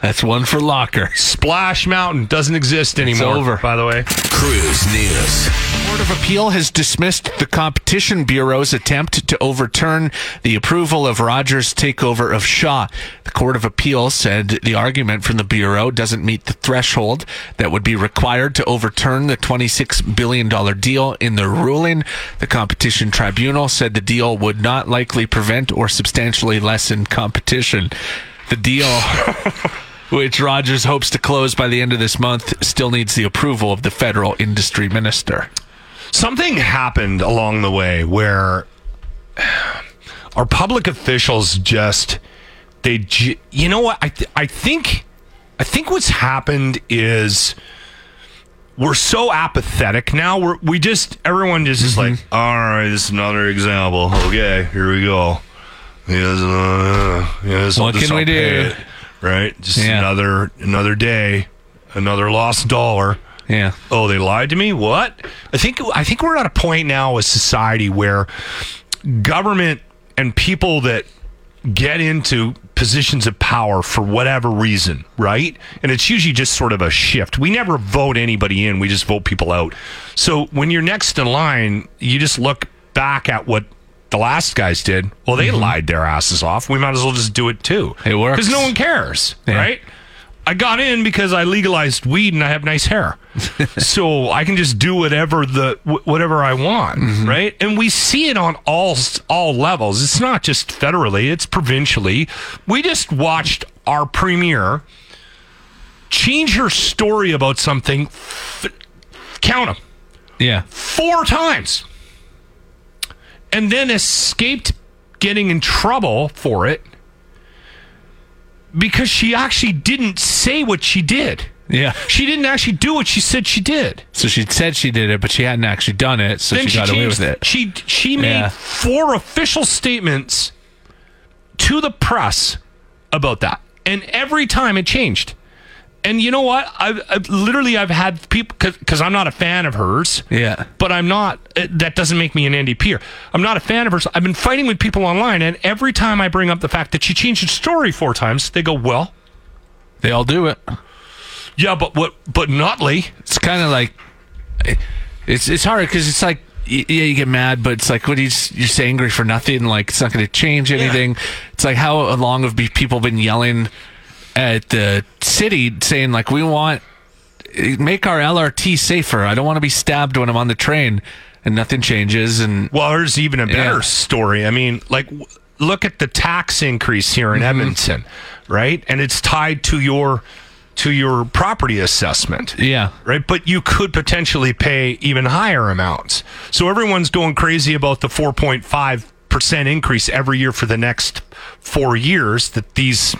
[SPEAKER 5] That's one for locker.
[SPEAKER 4] Splash Mountain doesn't exist anymore.
[SPEAKER 5] over.
[SPEAKER 4] by the way. Cruise News.
[SPEAKER 5] Court of Appeal has dismissed the Competition Bureau's attempt to overturn the approval of Rogers' takeover of Shaw. The Court of Appeal said the argument from the Bureau doesn't meet the threshold that would be required to overturn the $26 billion deal in their ruling. The Competition Tribunal said the deal would not likely prevent or substantially lessen competition. The deal. which Rogers hopes to close by the end of this month, still needs the approval of the federal industry minister.
[SPEAKER 4] something happened along the way where our public officials just they ju- you know what I th- I think I think what's happened is we're so apathetic now we're we just everyone just is like
[SPEAKER 5] Mm-hmm.
[SPEAKER 4] all right this is another example okay here we go yes, uh, yes,
[SPEAKER 5] What
[SPEAKER 4] this
[SPEAKER 5] can we
[SPEAKER 4] I'll pay
[SPEAKER 5] do?
[SPEAKER 4] it. right just
[SPEAKER 5] Yeah.
[SPEAKER 4] another another day another lost dollar
[SPEAKER 5] yeah.
[SPEAKER 4] Oh, they lied to me. What? I think I think we're at a point now as society where government and people that get into positions of power for whatever reason, right? And it's usually just sort of a shift. We never vote anybody in, we just vote people out. So when you're next in line, you just look back at what the last guys did. Well, they lied their asses off. We might as well just do it too. Mm-hmm. It works. Because no one cares, right? I got in because I legalized weed and I have nice hair. so I can just do whatever the wh- whatever I want, right? And we see it on all s- all levels. It's not just federally, it's provincially. We just watched our premier change her story about something f- count them
[SPEAKER 5] Yeah.
[SPEAKER 4] four times and then escaped getting in trouble for it because she actually didn't say what she did.
[SPEAKER 5] Yeah.
[SPEAKER 4] She didn't actually do what she said she did.
[SPEAKER 5] So she said she did it, but she hadn't actually done it, so she, got away
[SPEAKER 4] changed-
[SPEAKER 5] with it.
[SPEAKER 4] She she made
[SPEAKER 5] Yeah.
[SPEAKER 4] four official statements to the press about that, and every time it changed. And you know what? I've, I've literally I've had people because I'm not a fan of hers.
[SPEAKER 5] Yeah.
[SPEAKER 4] But I'm not. It, that doesn't make me an NDPer. I'm not a fan of hers. I've been fighting with people online, and every time I bring up the fact that she changed her story four times, they go, "Well,
[SPEAKER 5] They all do it.
[SPEAKER 4] yeah, but what? But Notley."
[SPEAKER 5] It's kind of like it's it's hard because it's like y- yeah, you get mad, but it's like what do you s- you're just angry for nothing. Like it's not going to change anything. It's like how long have be, people been yelling at the city saying like we want eh, make our LRT safer. I don't want to be stabbed when I'm on the train.
[SPEAKER 12] and nothing changes. And
[SPEAKER 4] well, there's even a
[SPEAKER 12] Yeah.
[SPEAKER 4] better story. I mean, like, w- look at the tax increase here in
[SPEAKER 12] Mm-hmm.
[SPEAKER 4] Edmonton, right? And it's tied to your to your property assessment.
[SPEAKER 12] Yeah.
[SPEAKER 4] Right. But you could potentially pay even higher amounts. So everyone's going crazy about the 4.5% increase every year for the next four years that these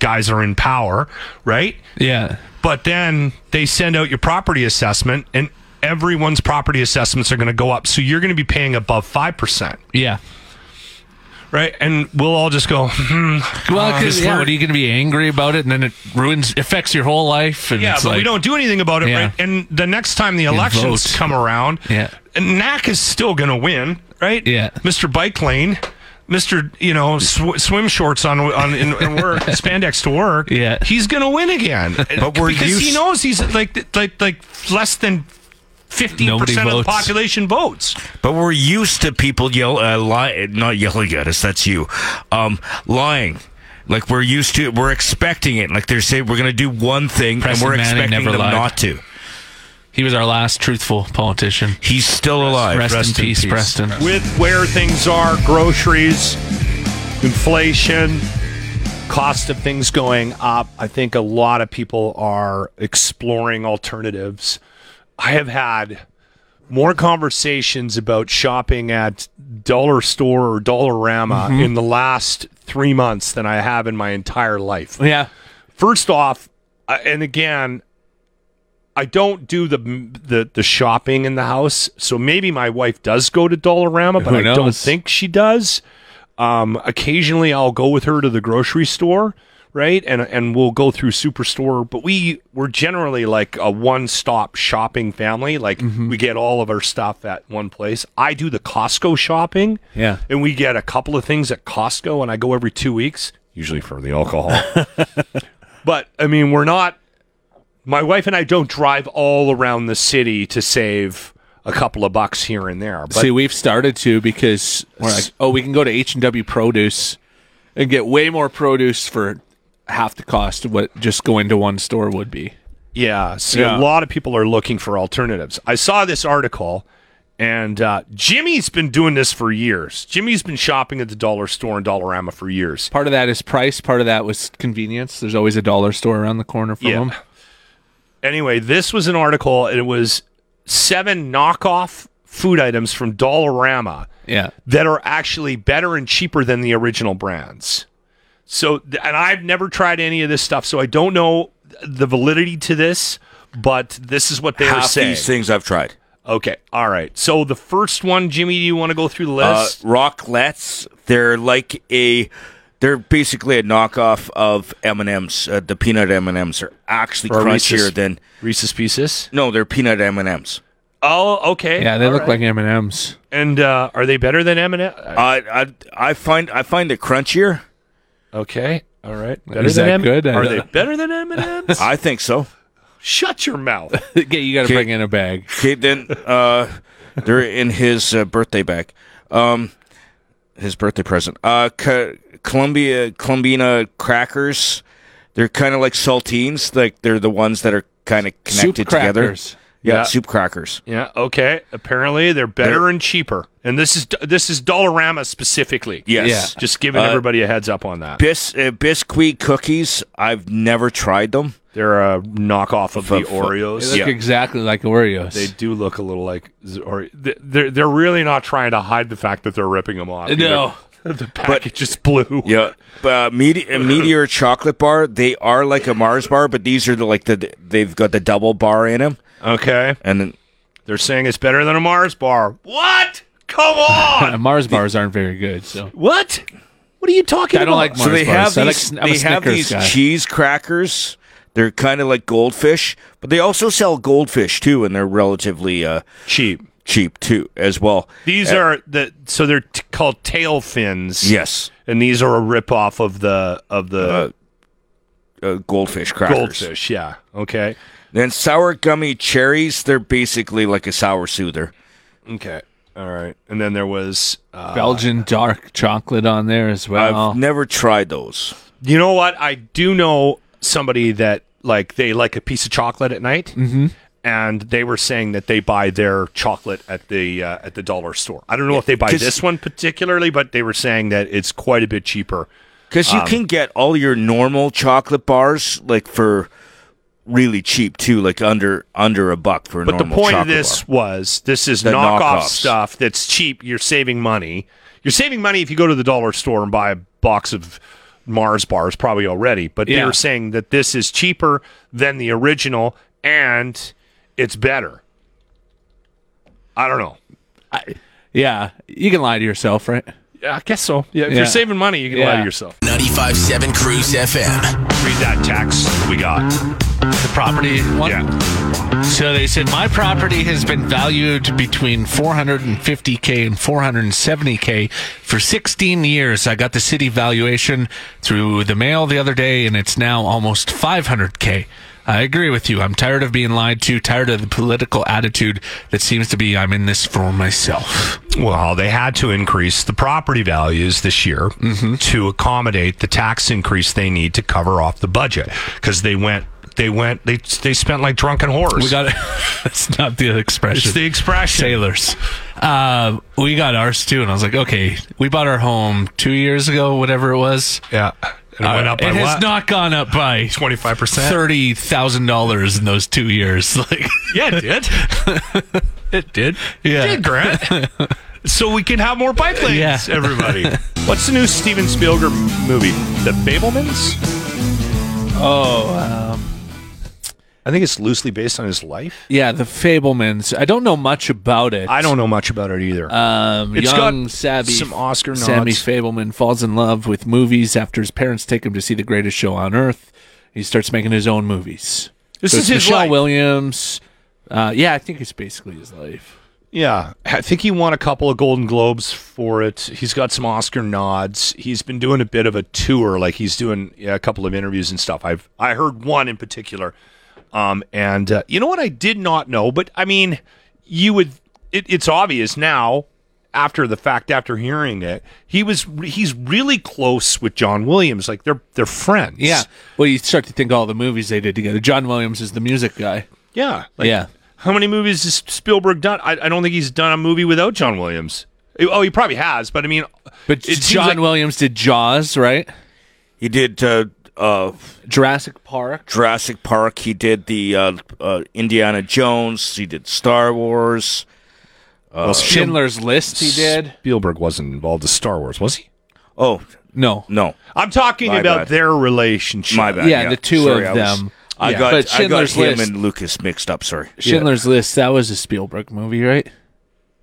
[SPEAKER 4] guys are in power, right?
[SPEAKER 12] Yeah.
[SPEAKER 4] But then they send out your property assessment and everyone's property assessments are going to go up. So you're going to be paying above 5%.
[SPEAKER 12] Yeah.
[SPEAKER 4] Right. And we'll all just go, hmm.
[SPEAKER 12] Well,
[SPEAKER 4] uh,
[SPEAKER 12] 'cause, yeah, what are you going to be angry about it, and then it ruins, affects your whole life. And
[SPEAKER 4] Yeah,
[SPEAKER 12] it's
[SPEAKER 4] but we
[SPEAKER 12] like-
[SPEAKER 4] don't do anything about it,
[SPEAKER 12] Yeah.
[SPEAKER 4] right? And the next time the
[SPEAKER 12] You
[SPEAKER 4] elections
[SPEAKER 12] vote.
[SPEAKER 4] come around,
[SPEAKER 12] Yeah.
[SPEAKER 4] NAC is still going to win, right? Yeah, Mr. Bike Lane, Mr. You know, sw- swim shorts on on in, in work, spandex to work. Yeah, he's going to win again.
[SPEAKER 13] But we're
[SPEAKER 4] because he
[SPEAKER 13] used-
[SPEAKER 4] knows he's like like like less than fifteen percent of the
[SPEAKER 14] votes.
[SPEAKER 4] population votes.
[SPEAKER 14] But we're used to people yell, uh, lie, not yelling at us. That's you, um, lying. Like we're used to, it. we're expecting it. Like they're saying, we're going to do one thing,
[SPEAKER 12] Preston
[SPEAKER 14] and we're
[SPEAKER 12] Manning
[SPEAKER 14] expecting
[SPEAKER 12] never
[SPEAKER 14] them
[SPEAKER 12] lied.
[SPEAKER 14] not to.
[SPEAKER 12] He was our last truthful politician.
[SPEAKER 14] He's still alive.
[SPEAKER 12] Rest, in, peace, Preston.
[SPEAKER 4] With where things are, groceries, inflation, cost of things going up, I think a lot of people are exploring alternatives. I have had more conversations about shopping at dollar store or dollarama
[SPEAKER 5] Mhm.
[SPEAKER 4] in the last 3 months than I have in my entire life.
[SPEAKER 5] Yeah.
[SPEAKER 4] First off, uh, and again, I don't do the the the shopping in the house, so maybe my wife does go to Dollarama, but
[SPEAKER 5] Who
[SPEAKER 4] I don't
[SPEAKER 5] knows?
[SPEAKER 4] think she does. Um, occasionally, I'll go with her to the grocery store, right? And and we'll go through Superstore, but we we're generally like a one stop shopping family. Like
[SPEAKER 5] Mm-hmm.
[SPEAKER 4] we get all of our stuff at one place. I do the Costco shopping,
[SPEAKER 5] Yeah.
[SPEAKER 4] and we get a couple of things at Costco, and I go every two weeks, usually for the alcohol. but I mean, we're not. My wife and I don't drive all around the city to save a couple of bucks here and there. But
[SPEAKER 5] See, we've started to because we're like, oh, we can go to H and W Produce and get way more produce for half the cost of what just going to one store would be.
[SPEAKER 4] Yeah, see,
[SPEAKER 5] Yeah.
[SPEAKER 4] a lot of people are looking for alternatives. I saw this article, and uh, Jimmy's been doing this for years. Jimmy's been shopping at the dollar store and Dollarama for years.
[SPEAKER 5] Part of that is price. Part of that was convenience. There's always a dollar store around the corner from
[SPEAKER 4] Yeah.
[SPEAKER 5] them.
[SPEAKER 4] Anyway, this was an article, and it was seven knockoff food items from Dollarama
[SPEAKER 5] Yeah.
[SPEAKER 4] that are actually better and cheaper than the original brands. So, th- and I've never tried any of this stuff, so I don't know the validity to this, but this is what they were
[SPEAKER 3] Half
[SPEAKER 4] saying.
[SPEAKER 3] these things I've tried.
[SPEAKER 4] Okay, all right. So the first one, Jimmy, do you want to go through the list?
[SPEAKER 3] Uh, rocklets. They're like a. They're basically a knockoff of M and M's. Uh, the peanut M and M's are actually
[SPEAKER 4] Or
[SPEAKER 3] crunchier
[SPEAKER 4] Reese's-
[SPEAKER 3] than
[SPEAKER 4] Reese's Pieces.
[SPEAKER 3] No, they're peanut M and M's.
[SPEAKER 4] oh, okay.
[SPEAKER 5] Yeah, they
[SPEAKER 4] all
[SPEAKER 5] look
[SPEAKER 4] right.
[SPEAKER 5] like M and M's.
[SPEAKER 4] And uh, are they better than M Uh, and M?
[SPEAKER 3] I I I find I find it crunchier.
[SPEAKER 4] Okay, all right. Better
[SPEAKER 3] Is
[SPEAKER 4] than
[SPEAKER 3] that
[SPEAKER 4] M-
[SPEAKER 3] good? I
[SPEAKER 4] Are
[SPEAKER 3] don't
[SPEAKER 4] they
[SPEAKER 3] know.
[SPEAKER 4] better than M and M?
[SPEAKER 3] I think so.
[SPEAKER 4] Shut your mouth.
[SPEAKER 5] yeah, you got to
[SPEAKER 3] Okay.
[SPEAKER 5] bring in a bag.
[SPEAKER 3] Okay, then uh, they're in his uh, birthday bag. Um, his birthday present. Uh, Co- Columbia Columbina crackers. They're kind of like saltines. Like they're the ones that are kind of connected together.
[SPEAKER 4] crackers.
[SPEAKER 3] Yeah,
[SPEAKER 4] Yeah.
[SPEAKER 3] soup crackers.
[SPEAKER 4] Yeah. Okay. Apparently, they're better and cheaper. And this is this is Dollarama specifically.
[SPEAKER 3] Yes. Yeah.
[SPEAKER 4] Just giving
[SPEAKER 3] Uh,
[SPEAKER 4] everybody a heads up on that.
[SPEAKER 3] Bis- uh, biscuit cookies. I've never tried them.
[SPEAKER 4] They're a knockoff of the Oreos.
[SPEAKER 5] They look exactly like Oreos.
[SPEAKER 4] They do look a little like Z- or th- they're they're really not trying to hide the fact that they're ripping them off.
[SPEAKER 5] No.
[SPEAKER 4] either. the package is blue.
[SPEAKER 3] Yeah, but uh, Mete- uh, meteor chocolate bar. They are like a Mars bar, but these are the, like the they've got the double bar in them.
[SPEAKER 4] Okay,
[SPEAKER 3] and then
[SPEAKER 4] they're saying it's better than a Mars bar. What? Come on.
[SPEAKER 5] uh, Mars bars aren't very good. So
[SPEAKER 4] what? What are you talking
[SPEAKER 5] I don't
[SPEAKER 4] about?
[SPEAKER 5] like Mars
[SPEAKER 3] so they
[SPEAKER 5] bars.
[SPEAKER 3] have
[SPEAKER 5] I like
[SPEAKER 3] these,
[SPEAKER 5] sn- I'm a
[SPEAKER 3] they have
[SPEAKER 5] Snickers
[SPEAKER 3] these
[SPEAKER 5] guy.
[SPEAKER 3] cheese crackers. They're kind of like goldfish, but they also sell goldfish too, and they're relatively uh,
[SPEAKER 4] cheap,
[SPEAKER 3] cheap too as well.
[SPEAKER 4] These
[SPEAKER 3] Uh,
[SPEAKER 4] are the so they're t- called tail fins.
[SPEAKER 3] Yes.
[SPEAKER 4] and these are a ripoff of the of the
[SPEAKER 3] uh, goldfish crackers.
[SPEAKER 4] Goldfish, yeah. Okay.
[SPEAKER 3] Then sour gummy cherries. They're basically like a sour soother.
[SPEAKER 4] Okay. All right. And then there was uh,
[SPEAKER 5] Belgian dark chocolate on there as well.
[SPEAKER 3] I've never tried those.
[SPEAKER 4] You know what? I do know somebody that like they like a piece of chocolate at night,
[SPEAKER 5] Mhm.
[SPEAKER 4] and they were saying that they buy their chocolate at the uh, at the dollar store. I don't know if they buy
[SPEAKER 3] 'cause-
[SPEAKER 4] this one particularly, but they were saying that it's quite a bit cheaper.
[SPEAKER 3] Because you
[SPEAKER 4] Um,
[SPEAKER 3] can get all your normal chocolate bars like for really cheap too, like under under a buck for a
[SPEAKER 4] But the
[SPEAKER 3] normal
[SPEAKER 4] point of
[SPEAKER 3] chocolate
[SPEAKER 4] this was this is
[SPEAKER 3] The
[SPEAKER 4] knockoff
[SPEAKER 3] knockoffs.
[SPEAKER 4] stuff that's cheap. You're saving money. You're saving money if you go to the dollar store and buy a box of Mars bars, probably already. But they
[SPEAKER 11] Yeah.
[SPEAKER 4] were saying that this is cheaper than the original and it's better. I don't know.
[SPEAKER 5] Yeah, you can lie to yourself, right?
[SPEAKER 4] Yeah, I guess so. Yeah, if
[SPEAKER 5] Yeah.
[SPEAKER 4] you're saving money, you can lie
[SPEAKER 5] Yeah.
[SPEAKER 4] to yourself.
[SPEAKER 1] 95.7 Cruise FM.
[SPEAKER 4] Read that text we got.
[SPEAKER 12] The property one. So they said my property has been valued between 450k and 470k for 16 years. I got the city valuation through the mail the other day and it's now almost 500k. I agree with you. I'm tired of being lied to, tired of the political attitude that seems to be I'm in this for myself.
[SPEAKER 4] Well, they had to increase the property values this year
[SPEAKER 12] Mm-hmm.
[SPEAKER 4] to accommodate the tax increase they need to cover off the budget because they went, they went, they they spent like drunken whores.
[SPEAKER 12] We got it. That's not the expression.
[SPEAKER 4] It's the expression.
[SPEAKER 12] Sailors. Uh, we got ours too, and I was like, okay, we bought our home two years ago, whatever it was.
[SPEAKER 4] Yeah. And it went up by
[SPEAKER 12] Uh, it has
[SPEAKER 4] what?
[SPEAKER 12] not gone up by
[SPEAKER 4] twenty five percent,
[SPEAKER 12] thirty thousand dollars in those two years. Like,
[SPEAKER 4] yeah, it did. it did.
[SPEAKER 12] Yeah.
[SPEAKER 4] It did, Grant. so we can have more biplanes,
[SPEAKER 12] Yeah.
[SPEAKER 4] everybody. What's the new Steven Spielberg movie? The Babelmans?
[SPEAKER 5] Oh, um,
[SPEAKER 4] I think it's loosely based on his life.
[SPEAKER 5] yeah, the Fablemans. I don't know much about it.
[SPEAKER 4] I don't know much about it either.
[SPEAKER 5] Um,
[SPEAKER 4] It's
[SPEAKER 5] young
[SPEAKER 4] got
[SPEAKER 5] Sabby,
[SPEAKER 4] some Oscar
[SPEAKER 5] Sammy
[SPEAKER 4] nods.
[SPEAKER 5] Fableman falls in love with movies after his parents take him to see the greatest show on earth. He starts making his own movies.
[SPEAKER 4] This
[SPEAKER 5] it's
[SPEAKER 4] is his
[SPEAKER 5] Michelle
[SPEAKER 4] life.
[SPEAKER 5] Williams. Uh, yeah, I think it's basically his life.
[SPEAKER 4] Yeah, I think he won a couple of Golden Globes for it. He's got some Oscar nods. He's been doing a bit of a tour, like he's doing yeah, a couple of interviews and stuff. I've I heard one in particular, um, and uh, you know what I did not know, but I mean, you would it, it's obvious now after the fact, after hearing it, he was he's really close with John Williams, like they're they're friends.
[SPEAKER 5] Yeah. Well, you start to think all the movies they did together. John Williams is the music guy.
[SPEAKER 4] Yeah. Like,
[SPEAKER 5] Yeah.
[SPEAKER 4] How many movies has Spielberg done? I, I don't think he's done a movie without John Williams. Oh, he probably has, but I mean,
[SPEAKER 5] But
[SPEAKER 4] it seems
[SPEAKER 5] John
[SPEAKER 4] like-
[SPEAKER 5] Williams did Jaws, right?
[SPEAKER 3] He did uh, uh,
[SPEAKER 5] Jurassic Park.
[SPEAKER 3] Jurassic Park. He did the uh, uh, Indiana Jones. He did Star Wars. Uh,
[SPEAKER 4] Well, Spiel-
[SPEAKER 5] Schindler's List. He did.
[SPEAKER 4] Spielberg wasn't involved in Star Wars, was he?
[SPEAKER 3] Oh
[SPEAKER 5] no,
[SPEAKER 3] no.
[SPEAKER 4] I'm talking
[SPEAKER 3] My
[SPEAKER 4] about
[SPEAKER 3] bad.
[SPEAKER 4] their relationship.
[SPEAKER 3] My bad.
[SPEAKER 5] Yeah, the two
[SPEAKER 3] Sorry,
[SPEAKER 5] of
[SPEAKER 3] I was-
[SPEAKER 5] them.
[SPEAKER 3] I
[SPEAKER 5] Yeah.
[SPEAKER 3] got
[SPEAKER 5] But
[SPEAKER 3] I got
[SPEAKER 5] Schindler's
[SPEAKER 3] him
[SPEAKER 5] List-
[SPEAKER 3] and Lucas mixed up. Sorry.
[SPEAKER 5] Schindler's List. That was a Spielberg movie, right?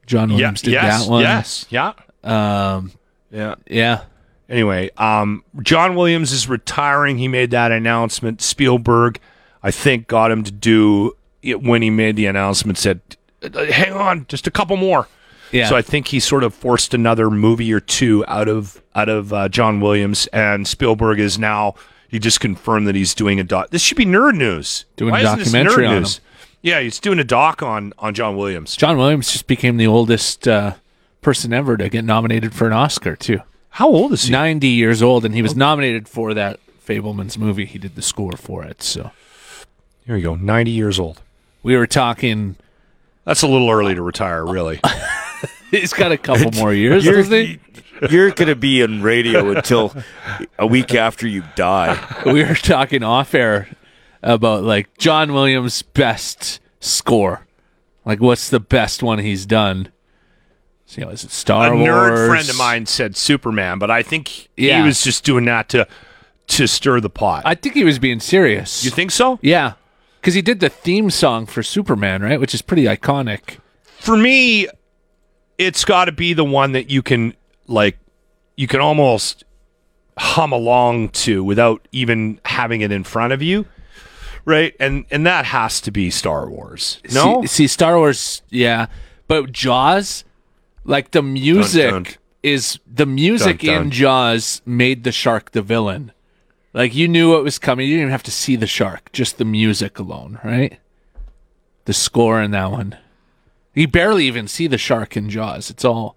[SPEAKER 5] John Williams did
[SPEAKER 4] yes,
[SPEAKER 5] that one.
[SPEAKER 4] Yes. Yeah.
[SPEAKER 5] Um,
[SPEAKER 4] Yeah.
[SPEAKER 5] Yeah.
[SPEAKER 4] Anyway, um, John Williams is retiring. He made that announcement. Spielberg, I think, got him to do it when he made the announcement. Said, "Uh, "Hang on, just a couple more."
[SPEAKER 5] Yeah.
[SPEAKER 4] So I think he sort of forced another movie or two out of out of uh, John Williams, and Spielberg is now he just confirmed that he's doing a doc. This should be nerd news.
[SPEAKER 5] Doing
[SPEAKER 4] Why
[SPEAKER 5] a
[SPEAKER 4] isn't this
[SPEAKER 5] documentary
[SPEAKER 4] nerd
[SPEAKER 5] on
[SPEAKER 4] news?
[SPEAKER 5] him.
[SPEAKER 4] Yeah, he's doing a doc on on John Williams.
[SPEAKER 5] John Williams just became the oldest uh, person ever to get nominated for an Oscar, too.
[SPEAKER 4] How old is he?
[SPEAKER 5] 90 years old, and he was nominated for that Fableman's movie. He did the score for it. So
[SPEAKER 4] Here we go. Ninety years old.
[SPEAKER 5] we were talking.
[SPEAKER 4] That's a little early to retire, really.
[SPEAKER 5] He's got a couple more years,
[SPEAKER 3] You're-
[SPEAKER 5] doesn't he?
[SPEAKER 3] You're gonna be in radio until a week after you die.
[SPEAKER 5] we were talking off air about like John Williams' best score. Like, what's the best one he's done? So, you know, is it Star
[SPEAKER 4] a
[SPEAKER 5] Wars?
[SPEAKER 4] nerd friend of mine said Superman, but I think
[SPEAKER 5] Yeah.
[SPEAKER 4] he was just doing that to to stir the pot.
[SPEAKER 5] I think he was being serious.
[SPEAKER 4] you think so?
[SPEAKER 5] Yeah, because he did the theme song for Superman, right? Which is pretty iconic.
[SPEAKER 4] For me, it's got to be the one that you can like you can almost hum along to without even having it in front of you. Right? And and that has to be Star Wars. No?
[SPEAKER 5] see, see, Star Wars, yeah, but Jaws, like the music
[SPEAKER 4] dun.
[SPEAKER 5] is the music
[SPEAKER 4] Dun, dun.
[SPEAKER 5] in Jaws made the shark the villain. Like you knew what was coming. You didn't even have to see the shark; just the music alone, right? The score in that one, you barely even see the shark in Jaws. It's all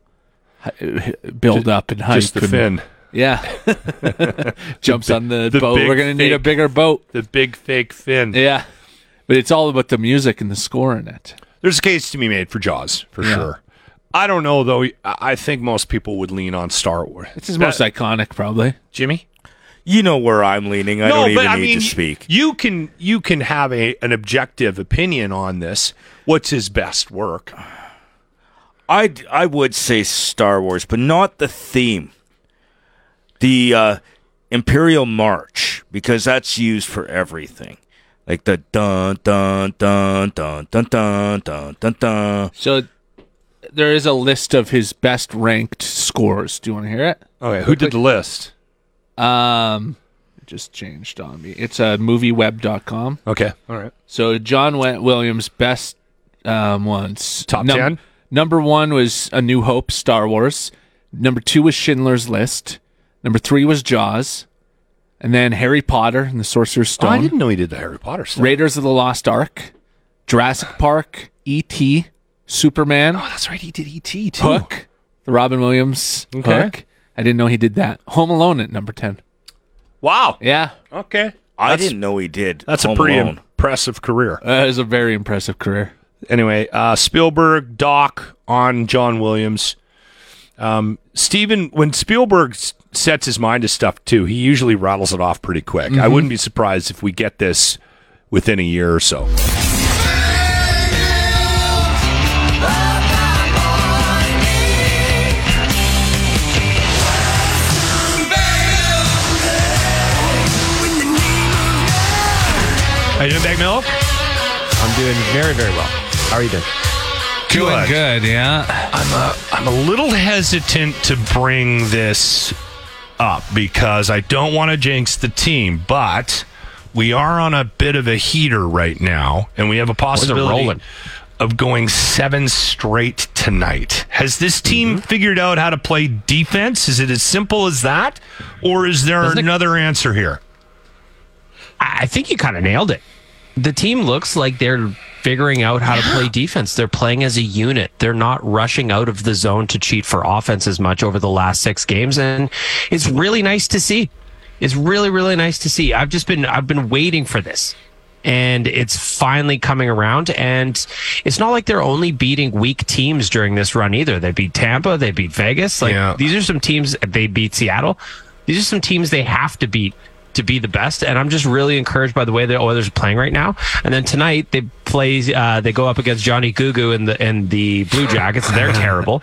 [SPEAKER 5] hi- build up and hype.
[SPEAKER 4] Just the
[SPEAKER 5] and-
[SPEAKER 4] fin.
[SPEAKER 5] Yeah. Jumps on the,
[SPEAKER 4] The
[SPEAKER 5] boat.
[SPEAKER 4] big
[SPEAKER 5] We're going to need a
[SPEAKER 4] fake-
[SPEAKER 5] bigger boat.
[SPEAKER 4] The big fake fin.
[SPEAKER 5] Yeah. But it's all about the music and the score in it.
[SPEAKER 4] There's a case to be made for Jaws for sure. I don't know though. I- I think most people would lean on Star Wars.
[SPEAKER 5] It's his most iconic, probably.
[SPEAKER 4] Jimmy,
[SPEAKER 3] you know where I'm leaning. I
[SPEAKER 4] no,
[SPEAKER 3] don't
[SPEAKER 4] but
[SPEAKER 3] even
[SPEAKER 4] I
[SPEAKER 3] need
[SPEAKER 4] mean,
[SPEAKER 3] to speak.
[SPEAKER 4] You can you can have a an objective opinion on this. What's his best work?
[SPEAKER 3] I I would say Star Wars, but not the theme. The uh, Imperial March, because that's used for everything, like the dun dun dun dun dun dun dun dun dun.
[SPEAKER 5] So there is a list of his best ranked scores. Do you want to hear it?
[SPEAKER 4] Okay, Oh, who did the list?
[SPEAKER 5] Um, it just changed on me. It's a uh, movieweb.com.
[SPEAKER 4] Okay, all right.
[SPEAKER 5] So John Wen- Williams' best um, ones. Top
[SPEAKER 4] 10?
[SPEAKER 5] Number one was A New Hope, Star Wars. Number two was Schindler's List. Number three was Jaws. And then Harry Potter and the Sorcerer's
[SPEAKER 4] Oh,
[SPEAKER 5] Stone.
[SPEAKER 4] I didn't know he did the Harry Potter stuff.
[SPEAKER 5] Raiders of the Lost Ark, Jurassic Park, E.T., Superman.
[SPEAKER 4] Oh, that's right. He did E.T. too.
[SPEAKER 5] Hook, the Robin Williams
[SPEAKER 4] Okay.
[SPEAKER 5] Hook. I didn't know he did that. Home Alone at number 10.
[SPEAKER 4] Wow.
[SPEAKER 5] Yeah.
[SPEAKER 4] Okay.
[SPEAKER 3] I
[SPEAKER 4] That's-
[SPEAKER 3] didn't know he did.
[SPEAKER 4] That's
[SPEAKER 3] Home
[SPEAKER 4] a pretty
[SPEAKER 3] Alone.
[SPEAKER 4] impressive career.
[SPEAKER 5] That is a very impressive career.
[SPEAKER 4] Anyway, uh, Spielberg doc on John Williams. Um, Steven, when Spielberg s- sets his mind to stuff too, he usually rattles it off pretty quick. I
[SPEAKER 16] Mhm.
[SPEAKER 4] wouldn't be surprised if we get this within a year or so. Are you doing, Big Milk? I'm doing very, very well. How are you doing?
[SPEAKER 5] Doing good, yeah.
[SPEAKER 4] I'm a, I'm a little hesitant to bring this up because I don't want to jinx the team, but we are on a bit of a heater right now, and we have a possibility
[SPEAKER 17] rolling.
[SPEAKER 4] of going seven straight tonight. Has this team figured out how to play defense? Is it as simple as that, or is there another answer here?
[SPEAKER 18] I think you kind of nailed it. The team looks like they're figuring out how to play defense. They're playing as a unit. They're not rushing out of the zone to cheat for offense as much over the last six games, and it's really nice to see. It's really, really nice to see. I've just been I've been waiting for this. And it's finally coming around. And it's not like they're only beating weak teams during this run either. They beat Tampa, they beat Vegas. Like these are some teams they beat Seattle. These are some teams they have to beat to be the best. And I'm just really encouraged by the way the Oilers are playing right now. And then tonight they play, uh, they go up against Johnny Gugu and the and the Blue Jackets. They're terrible.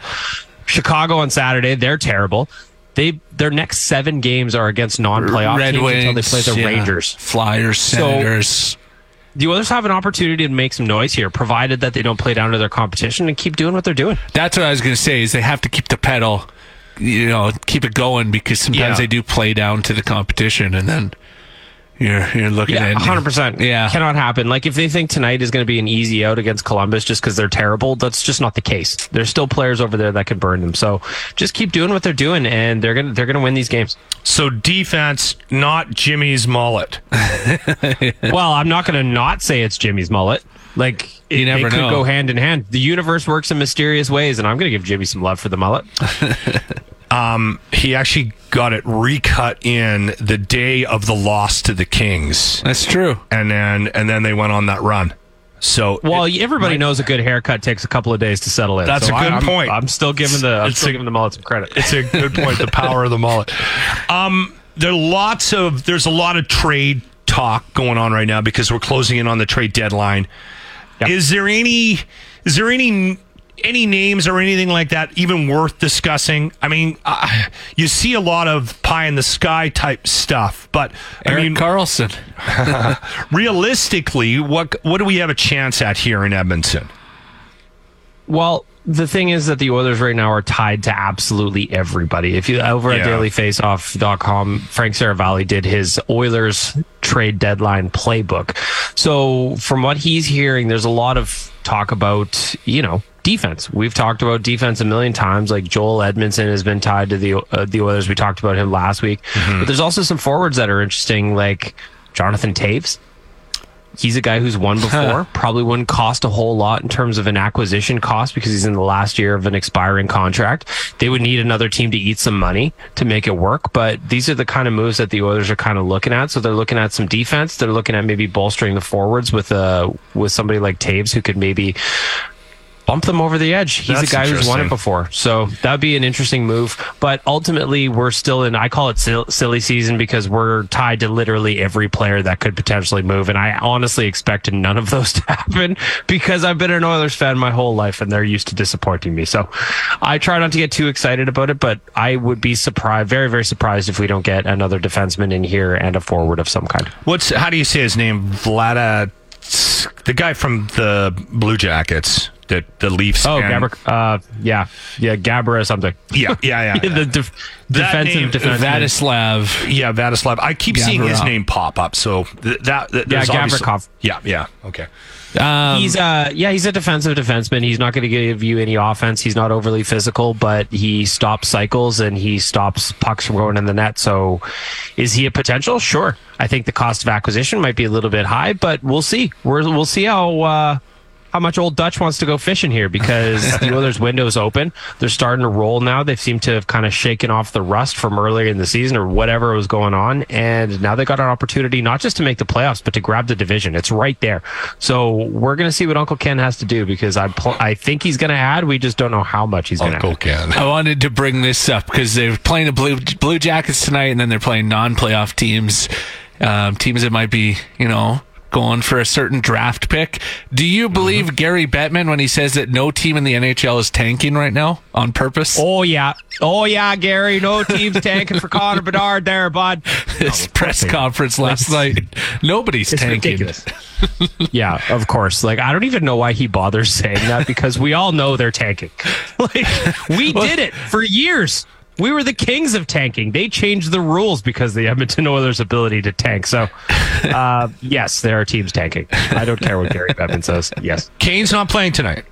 [SPEAKER 18] Chicago on Saturday, they're terrible. They their next seven games are against non-playoff
[SPEAKER 5] Red
[SPEAKER 18] teams until they
[SPEAKER 5] Wings,
[SPEAKER 18] play the
[SPEAKER 5] yeah.
[SPEAKER 18] Rangers,
[SPEAKER 5] Flyers, Senators.
[SPEAKER 18] the Oilers have an opportunity to make some noise here, provided that they don't play down to their competition and keep doing what they're doing.
[SPEAKER 5] That's what I was going to say is they have to keep the pedal, you know, keep it going because
[SPEAKER 18] Yeah.
[SPEAKER 5] sometimes they do play down to the competition and then you're you're looking
[SPEAKER 18] Yeah,
[SPEAKER 5] at
[SPEAKER 18] 100%. Yeah. Cannot happen. Like, if they think tonight is going to be an easy out against Columbus just because they're terrible, that's just not the case. There's still players over there that could burn them. So just keep doing what they're doing, and they're going to they're gonna win these games.
[SPEAKER 4] So defense, not Jimmy's mullet.
[SPEAKER 18] well, I'm not going to not say it's Jimmy's mullet. Like, it,
[SPEAKER 5] never
[SPEAKER 18] they could
[SPEAKER 5] know.
[SPEAKER 18] go hand in hand. The universe works in mysterious ways, and I'm going to give Jimmy some love for the mullet.
[SPEAKER 4] Um, he actually got it recut in the day of the loss to the Kings.
[SPEAKER 5] That's true.
[SPEAKER 4] And then and then they went on that run. So
[SPEAKER 18] Well, everybody knows a good haircut takes a couple of days to settle in.
[SPEAKER 4] That's
[SPEAKER 18] so
[SPEAKER 4] a
[SPEAKER 18] I-
[SPEAKER 4] good
[SPEAKER 18] I'm-
[SPEAKER 4] point.
[SPEAKER 18] I'm still giving the I'm
[SPEAKER 4] It's
[SPEAKER 18] still
[SPEAKER 4] a-
[SPEAKER 18] giving the mullet some credit.
[SPEAKER 4] It's a good point. The power of the mullet. Um, there are lots of there's a lot of trade talk going on right now because we're closing in on the trade deadline. Is there any is there any any names or anything like that even worth discussing? I mean, uh, you see a lot of pie in the sky type stuff, but I
[SPEAKER 5] Eric
[SPEAKER 4] mean
[SPEAKER 5] Carlson.
[SPEAKER 4] realistically, what what do we have a chance at here in Edmonton?
[SPEAKER 18] Well, the thing is that the Oilers right now are tied to absolutely everybody. If you over at
[SPEAKER 4] Yeah.
[SPEAKER 18] dailyfaceoff.com, Frank Saravalli did his Oilers trade deadline playbook. So, from what he's hearing, there's a lot of talk about, you know, defense. We've talked about defense a million times. Like Joel Edmondson has been tied to the uh, the Oilers. We talked about him last week. But there's also some forwards that are interesting like Jonathan Taves He's a guy who's won before. Probably wouldn't cost a whole lot in terms of an acquisition cost because he's in the last year of an expiring contract. They would need another team to eat some money to make it work. But these are the kind of moves that the Oilers are kind of looking at. So they're looking at some defense. They're looking at maybe bolstering the forwards with a with somebody like Taves who could maybe bump them over the edge. He's
[SPEAKER 19] That's
[SPEAKER 18] a guy who's won
[SPEAKER 19] interesting.
[SPEAKER 18] it before. So that'd be an interesting move. But ultimately, we're still in, I call it sil- silly season because we're tied to literally every player that could potentially move. And I honestly expected none of those to happen because I've been an Oilers fan my whole life and they're used to disappointing me. So I try not to get too excited about it, but I would be surprised, very, very surprised if we don't get another defenseman in here and a forward of some kind.
[SPEAKER 4] What's how do you say his name? Vlada, the guy from the Blue Jackets, the the Leafs.
[SPEAKER 18] Oh,
[SPEAKER 4] and-
[SPEAKER 18] Gabber, uh, yeah, yeah, Gabber or something.
[SPEAKER 4] Yeah, yeah, yeah.
[SPEAKER 18] the def-
[SPEAKER 4] That
[SPEAKER 18] defensive
[SPEAKER 4] name,
[SPEAKER 18] defenseman.
[SPEAKER 4] Vladislav. Yeah, Vladislav. I keep seeing his
[SPEAKER 18] Gavrikov.
[SPEAKER 4] name pop up. So th- that, th-
[SPEAKER 18] Yeah,
[SPEAKER 4] there's obviously-
[SPEAKER 18] Gavrikov.
[SPEAKER 4] Yeah, yeah. Okay. Um,
[SPEAKER 18] he's uh yeah he's a defensive defenseman. He's not going to give you any offense. He's not overly physical, but he stops cycles and he stops pucks from going in the net. So, is he a potential? Sure. I think the cost of acquisition might be a little bit high, but we'll see. We're, we'll see how. Uh, how much old Dutch wants to go fishing here because the Oilers' window's open. They're starting to roll now. They seem to have kind of shaken off the rust from earlier in the season or whatever was going on. And now they got an opportunity not just to make the playoffs, but to grab the division. It's right there. So we're going to see what Uncle Ken has to do because I pl- I think he's going to add. We just don't know how much he's going to add. Uncle
[SPEAKER 4] Ken.
[SPEAKER 5] I wanted to bring this up because they're playing the Blue Blue Jackets tonight, and then they're playing non-playoff teams, um, teams that might be, you know, going for a certain draft pick. Do
[SPEAKER 18] Mm-hmm.
[SPEAKER 5] you believe Gary Bettman when he says that no team in the NHL is tanking right now on purpose?
[SPEAKER 18] Oh yeah, oh yeah, Gary. No team's tanking for Connor Bedard there, bud.
[SPEAKER 5] This press conference last night, nobody's
[SPEAKER 18] It's
[SPEAKER 5] tanking.
[SPEAKER 18] ridiculous. yeah, of course. Like I don't even know why he bothers saying that because we all know they're tanking. Like we did it for years. We were the kings of tanking. They changed the rules because of the Edmonton Oilers' ability to tank. So, uh, yes, there are teams tanking. I don't care what Gary Bettman says. Yes,
[SPEAKER 4] Kane's not playing tonight.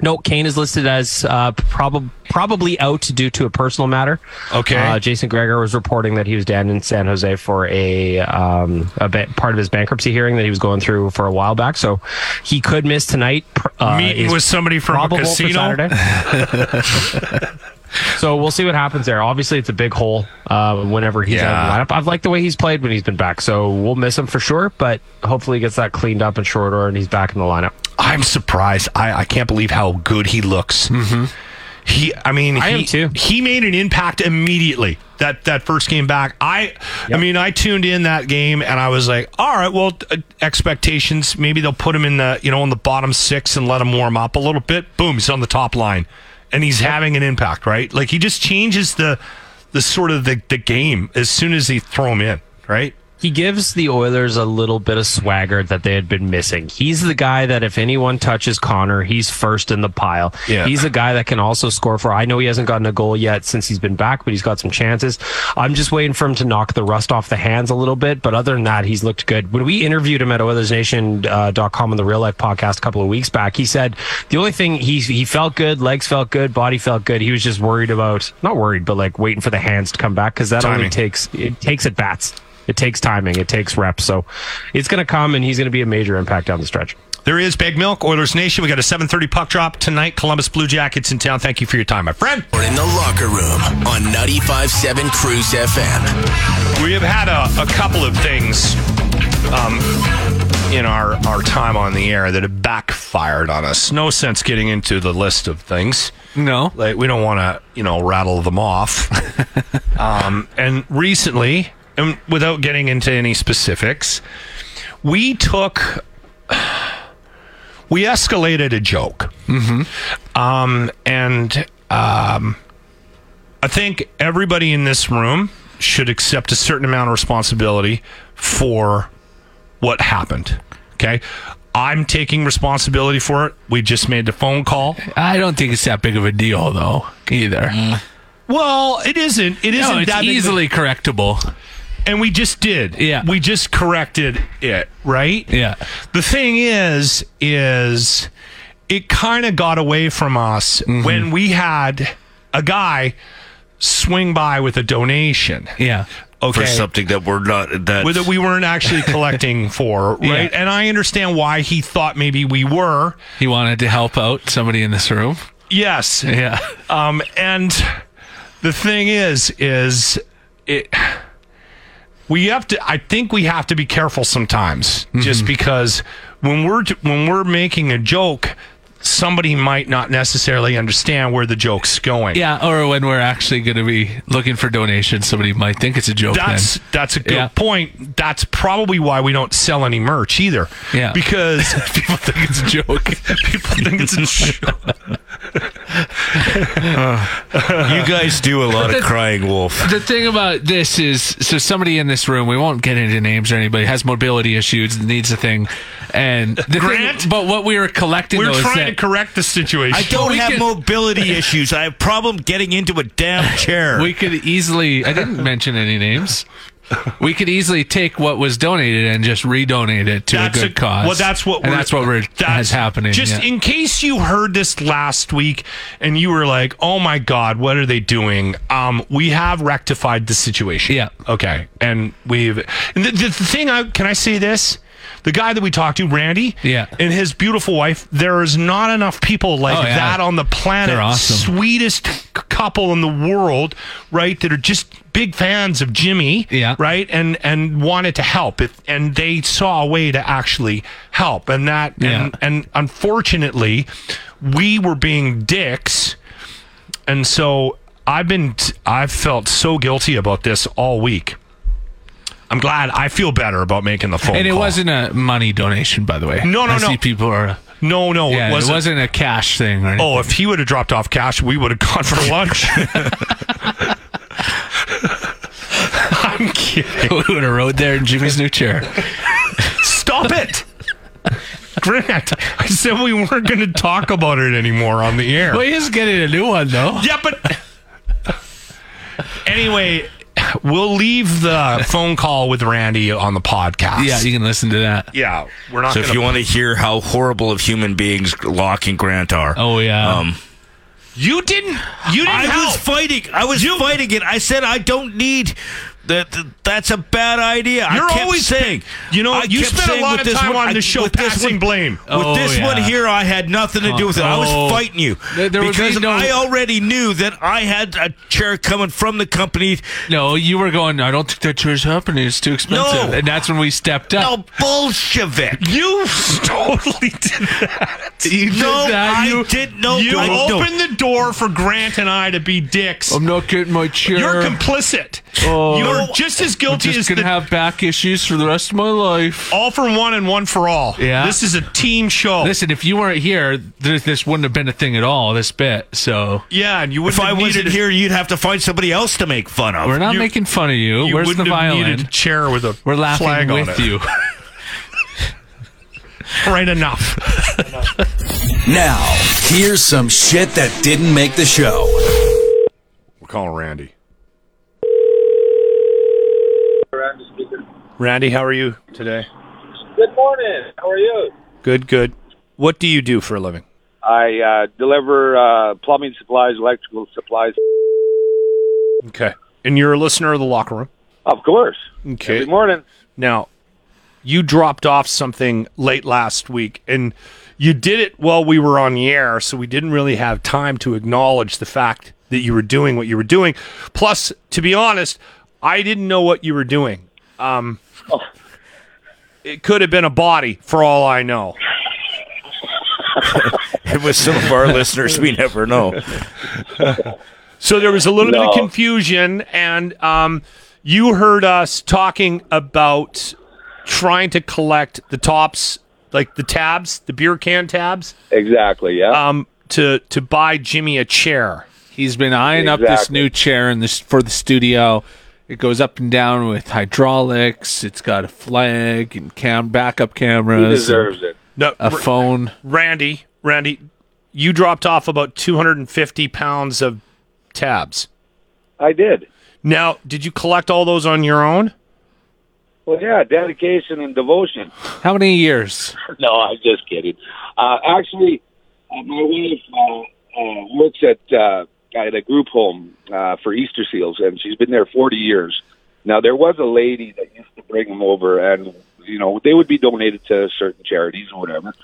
[SPEAKER 18] No, Kane is listed as uh, prob- probably out due to a personal matter.
[SPEAKER 4] Okay.
[SPEAKER 18] Uh, Jason Greger was reporting that he was down in San Jose for a, um, a ba- part of his bankruptcy hearing that he was going through for a while back. So he could miss tonight. pr- Uh,
[SPEAKER 4] Meeting
[SPEAKER 18] is
[SPEAKER 4] with somebody from a
[SPEAKER 18] probable for
[SPEAKER 4] casino.
[SPEAKER 18] Saturday. so we'll see what happens there. Obviously, it's a big hole uh, whenever he's out of the lineup. I've liked the way he's played when he's been back. So we'll miss him for sure, but hopefully he gets that cleaned up in short order and he's back in the lineup.
[SPEAKER 4] I'm surprised. I, I can't believe how good he looks. Mm-hmm. He, I mean, he,
[SPEAKER 18] I am too.
[SPEAKER 4] He made an impact immediately that that first game back. I, I mean, I tuned in that game and I was like, all right, well, uh, expectations. Maybe they'll put him in the you know in the bottom six and let him warm up a little bit. Boom, he's on the top line, and he's having an impact. Right, like he just changes the the sort of the the game as soon as they throw him in. Right.
[SPEAKER 18] He gives the Oilers a little bit of swagger that they had been missing. He's the guy that if anyone touches Connor, he's first in the pile.
[SPEAKER 4] Yeah.
[SPEAKER 18] He's a guy that can also score for. I know he hasn't gotten a goal yet since he's been back, but he's got some chances. I'm just waiting for him to knock the rust off the hands a little bit. But other than that, he's looked good. When we interviewed him at OilersNation.com on the Real Life podcast a couple of weeks back, he said the only thing he he felt good, legs felt good, body felt good. He was just worried about not worried, but like waiting for the hands to come back because that only
[SPEAKER 4] Timing.
[SPEAKER 18] takes it takes at bats. It takes timing. It takes reps. So it's going to come, and he's going to be a major impact down the stretch.
[SPEAKER 4] There is Big Milk, Oilers Nation. We got a 7:30 puck drop tonight. Columbus Blue Jackets in town. Thank you for your time, my friend.
[SPEAKER 1] Or in the locker room on 95.7 Cruise FM.
[SPEAKER 20] We have had a, a couple of things um, in our, our time on the air that have backfired on us. No sense getting into the list of things.
[SPEAKER 5] No.
[SPEAKER 20] Like, we don't want to, you know, rattle them off. um, and recently, and without getting into any specifics, we took, we escalated a joke. Mm-hmm. Um, and, um, I think everybody in this room should accept a certain amount of responsibility for what happened. Okay. I'm taking responsibility for it. We just made the phone call.
[SPEAKER 5] I don't think it's that big of a deal though either.
[SPEAKER 18] Mm.
[SPEAKER 4] Well, it isn't. It
[SPEAKER 5] No,
[SPEAKER 4] isn't
[SPEAKER 5] it's
[SPEAKER 4] that big of a-
[SPEAKER 5] easily correctable.
[SPEAKER 4] And we just did. Yeah. We just corrected it, right?
[SPEAKER 5] Yeah.
[SPEAKER 4] The thing is, is it kind of got away from us
[SPEAKER 5] Mm-hmm.
[SPEAKER 4] when we had a guy swing by with a donation.
[SPEAKER 5] Yeah.
[SPEAKER 3] for
[SPEAKER 4] Okay.
[SPEAKER 3] something that we're not that
[SPEAKER 4] Well, that we weren't actually collecting for,
[SPEAKER 3] Yeah.
[SPEAKER 4] right? And I understand why he thought maybe we were.
[SPEAKER 5] He wanted to help out somebody in this room.
[SPEAKER 4] Yes.
[SPEAKER 5] Yeah.
[SPEAKER 4] Um, and the thing is, is it. We have to. I think we have to be careful sometimes, just because when we're when we're making a joke, somebody might not necessarily understand where the joke's going.
[SPEAKER 5] Yeah, or when we're actually going to be looking for donations, somebody might think it's a joke.
[SPEAKER 4] That's
[SPEAKER 5] then.
[SPEAKER 4] that's a good
[SPEAKER 5] Yeah.
[SPEAKER 4] point. That's probably why we don't sell any merch either.
[SPEAKER 5] Yeah.
[SPEAKER 4] because people think it's a joke. people think it's a joke.
[SPEAKER 3] you guys do a lot of crying wolf.
[SPEAKER 5] The thing about this is, so somebody in this room, we won't get into names or anybody, has mobility issues, needs a thing, and the
[SPEAKER 4] Grant?
[SPEAKER 5] thing. But what we were collecting,
[SPEAKER 4] We're
[SPEAKER 5] though, is
[SPEAKER 4] trying to
[SPEAKER 5] that-
[SPEAKER 4] correct the situation.
[SPEAKER 3] I don't have mobility issues. I have problem getting into a damn chair.
[SPEAKER 5] we could easily i didn't mention any names we could easily take what was donated and just redonate it to
[SPEAKER 4] That's
[SPEAKER 5] a
[SPEAKER 4] a-
[SPEAKER 5] good cause
[SPEAKER 4] well, that's what
[SPEAKER 5] and
[SPEAKER 4] we're-
[SPEAKER 5] that's what we're that's happening
[SPEAKER 4] Just
[SPEAKER 5] yeah.
[SPEAKER 4] in case you heard this last week and you were like, "Oh my God, what are they doing?" Um, we have rectified the situation. Yeah. Okay. And we've and the, the, the thing. I can I say this. The guy that we talked to, Randy, yeah, and his beautiful wife. There is not enough people like
[SPEAKER 5] Oh, yeah.
[SPEAKER 4] that on the planet.
[SPEAKER 5] They're awesome.
[SPEAKER 4] Sweetest c- couple in the world, right? That are just big fans of Jimmy, yeah, right, and and wanted to help. If, and they saw a way to actually help, and that
[SPEAKER 5] Yeah.
[SPEAKER 4] and, and unfortunately, we were being dicks, and so I've been I've felt so guilty about this all week. I'm glad I feel better about making the phone
[SPEAKER 5] and it
[SPEAKER 4] call.
[SPEAKER 5] wasn't a money donation by the way
[SPEAKER 4] No, no,
[SPEAKER 5] I
[SPEAKER 4] no.
[SPEAKER 5] see people are
[SPEAKER 4] no no
[SPEAKER 5] yeah,
[SPEAKER 4] it wasn't.
[SPEAKER 5] a cash thing or
[SPEAKER 4] Oh, if he would have dropped off cash, we would have gone for lunch. I'm kidding.
[SPEAKER 5] we would have rode there in jimmy's new chair
[SPEAKER 4] Stop it. Grant, I said we weren't going to talk about it anymore on the air.
[SPEAKER 5] well he is getting a new one though
[SPEAKER 4] yeah but Anyway, we'll leave the phone call with Randy on the podcast.
[SPEAKER 5] yeah you can listen to that
[SPEAKER 4] Yeah, we're not
[SPEAKER 3] So if
[SPEAKER 4] gonna-
[SPEAKER 3] you want to hear how horrible of human beings Locke and Grant are,
[SPEAKER 5] oh yeah,
[SPEAKER 3] um,
[SPEAKER 4] you didn't. You didn't
[SPEAKER 3] I was
[SPEAKER 4] help.
[SPEAKER 3] fighting. I was fighting it. I said I don't need. That, that- that's a bad idea.
[SPEAKER 4] You're
[SPEAKER 3] I kept
[SPEAKER 4] always-
[SPEAKER 3] saying,
[SPEAKER 4] you know,
[SPEAKER 3] I
[SPEAKER 4] you
[SPEAKER 3] kept
[SPEAKER 4] spent a
[SPEAKER 3] saying
[SPEAKER 4] lot
[SPEAKER 3] with
[SPEAKER 4] of
[SPEAKER 3] this
[SPEAKER 4] time
[SPEAKER 3] one-
[SPEAKER 4] on
[SPEAKER 3] I-
[SPEAKER 4] this show
[SPEAKER 3] with this
[SPEAKER 4] passing
[SPEAKER 3] one-
[SPEAKER 4] blame.
[SPEAKER 3] With
[SPEAKER 4] Oh,
[SPEAKER 3] this one
[SPEAKER 4] yeah.
[SPEAKER 3] here, I had nothing to do with it. I
[SPEAKER 4] Oh.
[SPEAKER 3] was fighting you
[SPEAKER 5] There- there would be
[SPEAKER 3] because
[SPEAKER 5] no-
[SPEAKER 3] I already knew that I had a chair coming from the company.
[SPEAKER 5] no you were going i don't think that chair's happening it's too expensive
[SPEAKER 3] No.
[SPEAKER 5] and that's when we stepped up
[SPEAKER 3] No Bolshevik.
[SPEAKER 4] You totally did that.
[SPEAKER 5] You did
[SPEAKER 3] No,
[SPEAKER 5] that.
[SPEAKER 3] I
[SPEAKER 5] You-
[SPEAKER 3] did no.
[SPEAKER 4] you
[SPEAKER 3] I don't. Oh,
[SPEAKER 4] opened the door for Grant and I to be dicks.
[SPEAKER 5] i'm not getting my chair
[SPEAKER 4] You're complicit. You're just as
[SPEAKER 5] I'm
[SPEAKER 4] guilty
[SPEAKER 5] just
[SPEAKER 4] as
[SPEAKER 5] gonna
[SPEAKER 4] the
[SPEAKER 5] have back issues for the rest of my life.
[SPEAKER 4] all for one and one for all.
[SPEAKER 5] Yeah.
[SPEAKER 4] This is a team show.
[SPEAKER 5] Listen, if you weren't here, this, this wouldn't have been a thing at all. This bit, so
[SPEAKER 4] yeah, and you wouldn't
[SPEAKER 3] If I
[SPEAKER 4] have needed
[SPEAKER 3] wasn't
[SPEAKER 4] a-
[SPEAKER 3] here, you'd have to find somebody else to make fun of.
[SPEAKER 5] we're not
[SPEAKER 4] you-
[SPEAKER 5] making fun of you.
[SPEAKER 4] you
[SPEAKER 5] Where's the
[SPEAKER 4] wouldn't have needed a
[SPEAKER 5] violin?
[SPEAKER 4] chair with a
[SPEAKER 5] We're laughing
[SPEAKER 4] flag on
[SPEAKER 5] with
[SPEAKER 4] it.
[SPEAKER 5] you.
[SPEAKER 4] Right enough.
[SPEAKER 1] Now, here's some shit that didn't make the show.
[SPEAKER 4] We're calling Randy. Randy, how are you today?
[SPEAKER 7] Good morning. How are you?
[SPEAKER 4] Good, good. What do you do for a living?
[SPEAKER 7] I uh, deliver uh, plumbing supplies, electrical supplies.
[SPEAKER 4] Okay. And you're a listener of the locker room?
[SPEAKER 7] Of course.
[SPEAKER 4] Okay.
[SPEAKER 7] Every morning.
[SPEAKER 4] Now, you dropped off something late last week, and you did it while we were on the air, so we didn't really have time to acknowledge the fact that you were doing what you were doing. Plus, to be honest, I didn't know what you were doing. Um, It could have been a body, for all I know.
[SPEAKER 21] It was some of our listeners we never know.
[SPEAKER 4] So there was a little bit
[SPEAKER 21] No.
[SPEAKER 4] of confusion, and um, you heard us talking about trying to collect the tops, like the tabs, the beer can tabs.
[SPEAKER 7] Exactly. Yeah.
[SPEAKER 4] um, to to buy Jimmy a chair.
[SPEAKER 22] He's been eyeing up this
[SPEAKER 7] Exactly.
[SPEAKER 22] new chair in this for the studio. It goes up and down with hydraulics. It's got a flag and cam backup cameras.
[SPEAKER 7] He
[SPEAKER 22] and
[SPEAKER 7] deserves it.
[SPEAKER 4] No,
[SPEAKER 22] A
[SPEAKER 4] Ra-
[SPEAKER 22] phone.
[SPEAKER 4] Randy, Randy, you dropped off about 250 pounds of tabs.
[SPEAKER 7] I did.
[SPEAKER 4] Now, did you collect all those on your own?
[SPEAKER 7] Well, yeah, dedication and devotion.
[SPEAKER 22] How many years?
[SPEAKER 7] no, I'm just kidding. Uh, actually, uh, my wife uh, uh, works at uh, at a group home uh, for Easter seals, and she's been there 40 years. Now there was a lady that used to bring them over, and you know they would be donated to certain charities or whatever,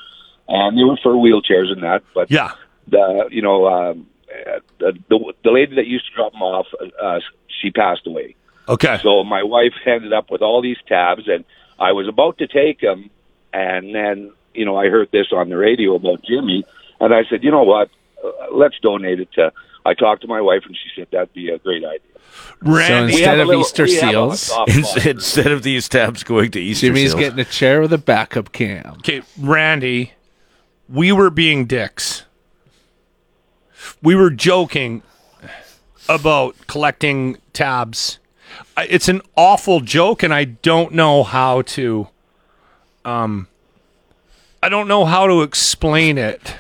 [SPEAKER 7] and they were for wheelchairs and that. But
[SPEAKER 4] yeah,
[SPEAKER 7] the you know um, uh, the, the the lady that used to drop them off, uh, she passed away.
[SPEAKER 4] Okay.
[SPEAKER 7] So my wife ended up with all these tabs, and I was about to take them, and then you know I heard this on the radio about Jimmy, and I said, you know what, Uh, let's donate it to. I talked to my wife, and she said that'd be a great idea.
[SPEAKER 3] Randy-
[SPEAKER 7] We have a little- we have a soft spot.
[SPEAKER 3] instead of these tabs going to Easter
[SPEAKER 5] Jimmy's
[SPEAKER 3] seals.
[SPEAKER 5] getting a chair with a backup cam.
[SPEAKER 4] Okay, Randy, we were being dicks. We were joking about collecting tabs. I- It's an awful joke, and I don't know how to. Um, I don't know how to explain it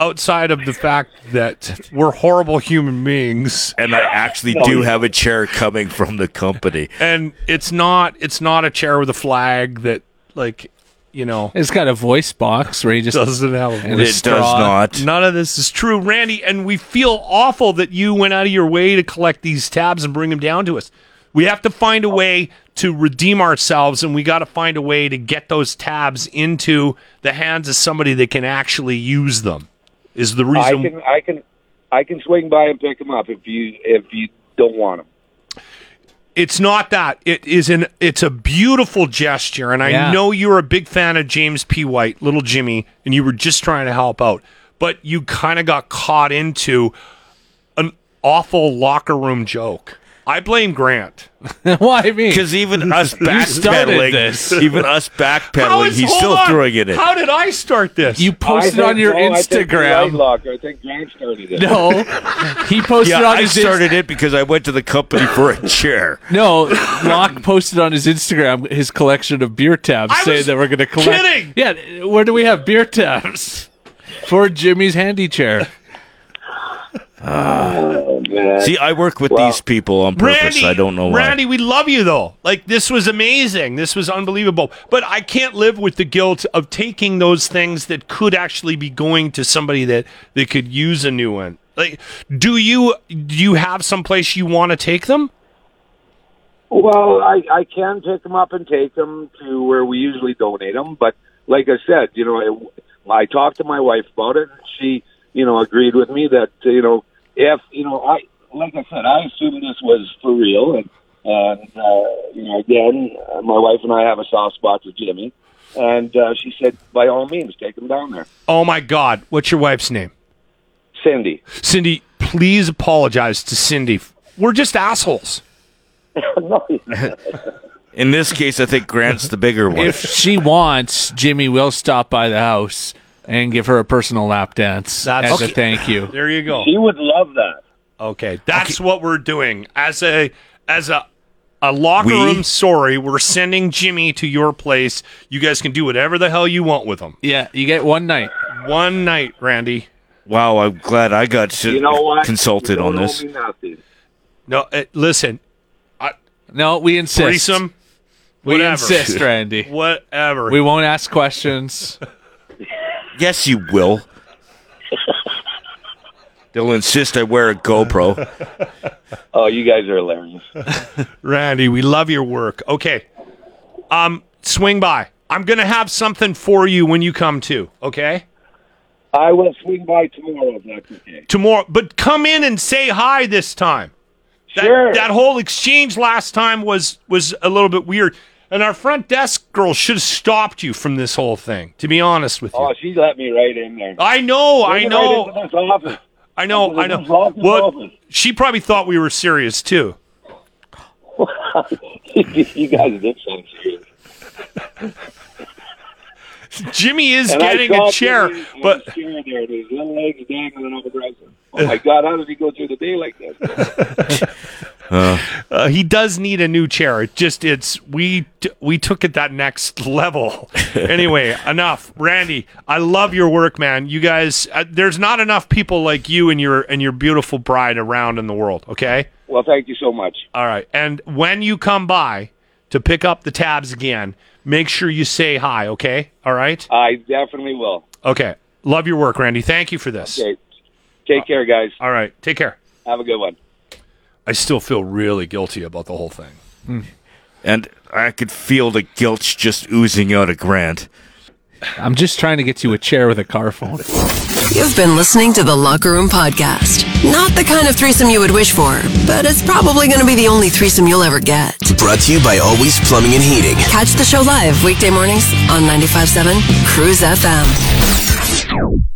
[SPEAKER 4] outside of the fact that we're horrible human beings.
[SPEAKER 3] and I actually do have a chair coming from the company.
[SPEAKER 4] and it's not it's not a chair with a flag that like you know
[SPEAKER 5] It's got a voice box where he just
[SPEAKER 4] doesn't have a
[SPEAKER 5] and a straw.
[SPEAKER 4] None of this is true, Randy. And we feel awful that you went out of your way to collect these tabs and bring them down to us. We have to find a way to redeem ourselves, and we got to find a way to get those tabs into the hands of somebody that can actually use them. Is the
[SPEAKER 7] I
[SPEAKER 4] reason?
[SPEAKER 7] can I can I can swing by and pick them up if you if you don't want them.
[SPEAKER 4] It's not that. It is an. It's a beautiful gesture, and I
[SPEAKER 7] Yeah.
[SPEAKER 4] know you're a big fan of James P. White, Little Jimmy, and you were just trying to help out, but you kind of got caught into an awful locker room joke. I blame Grant.
[SPEAKER 5] Why me?
[SPEAKER 3] Because even us
[SPEAKER 4] You started this.
[SPEAKER 3] backpedaling, even us
[SPEAKER 4] How
[SPEAKER 3] backpedaling,
[SPEAKER 4] is-
[SPEAKER 3] he's
[SPEAKER 4] hold
[SPEAKER 3] still
[SPEAKER 4] on.
[SPEAKER 3] throwing it in.
[SPEAKER 4] How did I start this?
[SPEAKER 5] You posted
[SPEAKER 7] I
[SPEAKER 5] on your
[SPEAKER 7] no, I think you're right,
[SPEAKER 5] Instagram.
[SPEAKER 7] Locke. I think Grant started it.
[SPEAKER 5] No, he posted
[SPEAKER 3] yeah,
[SPEAKER 5] on
[SPEAKER 3] I
[SPEAKER 5] his
[SPEAKER 3] started it because I went to the company for a chair.
[SPEAKER 5] No, Locke posted on his Instagram his collection of beer tabs, saying that we're going to collect.
[SPEAKER 23] kidding!
[SPEAKER 5] Yeah, where do we have beer tabs for Jimmy's handy chair?
[SPEAKER 3] See, I work with these people on purpose. I don't know why.
[SPEAKER 4] Randy, we love you though. Like this was amazing. This was unbelievable. But I can't live with the guilt of taking those things that could actually be going to somebody that that could use a new one. Like, do you do you have someplace you want to take them?
[SPEAKER 7] Well, I, I can pick them up and take them to where we usually donate them. But like I said, you know, I, I talked to my wife about it. And she, you know, agreed with me that you know if you know I like I said I assumed this was for real, and and uh, you know again, uh, my wife and I have a soft spot for Jimmy, and uh, she said by all means take them down there.
[SPEAKER 4] Oh my God! What's your wife's name?
[SPEAKER 7] Cindy.
[SPEAKER 4] Cindy, please apologize to Cindy. We're just assholes.
[SPEAKER 3] In this case, I think Grant's the bigger one.
[SPEAKER 5] If she wants, Jimmy will stop by the house and give her a personal lap dance as a
[SPEAKER 4] Okay.
[SPEAKER 5] thank you.
[SPEAKER 4] There you go.
[SPEAKER 7] He would love that.
[SPEAKER 4] Okay, that's what we're doing as a as a a locker
[SPEAKER 5] We?
[SPEAKER 4] room. Sorry, we're sending Jimmy to your place. You guys can do whatever the hell you want with him.
[SPEAKER 5] Yeah, you get one night.
[SPEAKER 4] One night, Randy.
[SPEAKER 3] wow, I'm glad I got s-
[SPEAKER 4] You know what?
[SPEAKER 3] consulted
[SPEAKER 4] You
[SPEAKER 3] on
[SPEAKER 4] don't owe
[SPEAKER 3] this.
[SPEAKER 4] me No, uh, listen. I,
[SPEAKER 5] no, we insist.
[SPEAKER 4] Threesome.
[SPEAKER 5] We
[SPEAKER 4] Whatever.
[SPEAKER 5] insist, Randy.
[SPEAKER 4] Whatever.
[SPEAKER 5] We won't ask questions.
[SPEAKER 3] Yes, you will. They'll insist I wear a GoPro.
[SPEAKER 7] Oh, you guys are hilarious.
[SPEAKER 4] Randy, we love your work. Okay. Um, swing by. I'm gonna have something for you when you come to. Okay.
[SPEAKER 7] I will swing by tomorrow if that's okay.
[SPEAKER 4] tomorrow. But come in and say hi this time. That, sure. That whole exchange last time was was a little bit weird, and our front desk girl should have stopped you from this whole thing. To be honest with you,
[SPEAKER 7] Oh, she let me right in there.
[SPEAKER 4] I know, I
[SPEAKER 7] Right
[SPEAKER 4] know.
[SPEAKER 7] into this office.
[SPEAKER 4] I know,
[SPEAKER 7] Into
[SPEAKER 4] I
[SPEAKER 7] this office.
[SPEAKER 4] know. Well, she probably thought we were serious too.
[SPEAKER 7] you guys did something serious.
[SPEAKER 4] Jimmy is
[SPEAKER 7] And I
[SPEAKER 4] getting
[SPEAKER 7] saw
[SPEAKER 4] a
[SPEAKER 7] him
[SPEAKER 4] chair,
[SPEAKER 7] in his- in
[SPEAKER 4] but
[SPEAKER 7] his chair there, and his little legs dangling over the dresser. Oh my God! How does he go through the day like this?
[SPEAKER 4] Uh, he does need a new chair. It just it's we t- we took it that next level. anyway, enough, Randy. I love your work, man. You guys, uh, there's not enough people like you and your and your beautiful bride around in the world. Okay.
[SPEAKER 7] Well, thank you so much.
[SPEAKER 4] All right. And when you come by to pick up the tabs again, make sure you say hi. Okay. All right.
[SPEAKER 7] I definitely will.
[SPEAKER 4] Okay. Love your work, Randy. Thank you for this.
[SPEAKER 7] Okay. Take care, guys.
[SPEAKER 4] All right. Take care.
[SPEAKER 7] Have a good one.
[SPEAKER 4] I still feel really guilty about the whole thing.
[SPEAKER 3] And I could feel the guilt just oozing out of Grant.
[SPEAKER 5] I'm just trying to get you a chair with a car phone.
[SPEAKER 24] You've been listening to the Locker Room Podcast. Not the kind of threesome you would wish for, but it's probably going to be the only threesome you'll ever get.
[SPEAKER 1] Brought to you by Always Plumbing and Heating.
[SPEAKER 24] Catch the show live weekday mornings on 95.7 Cruise FM.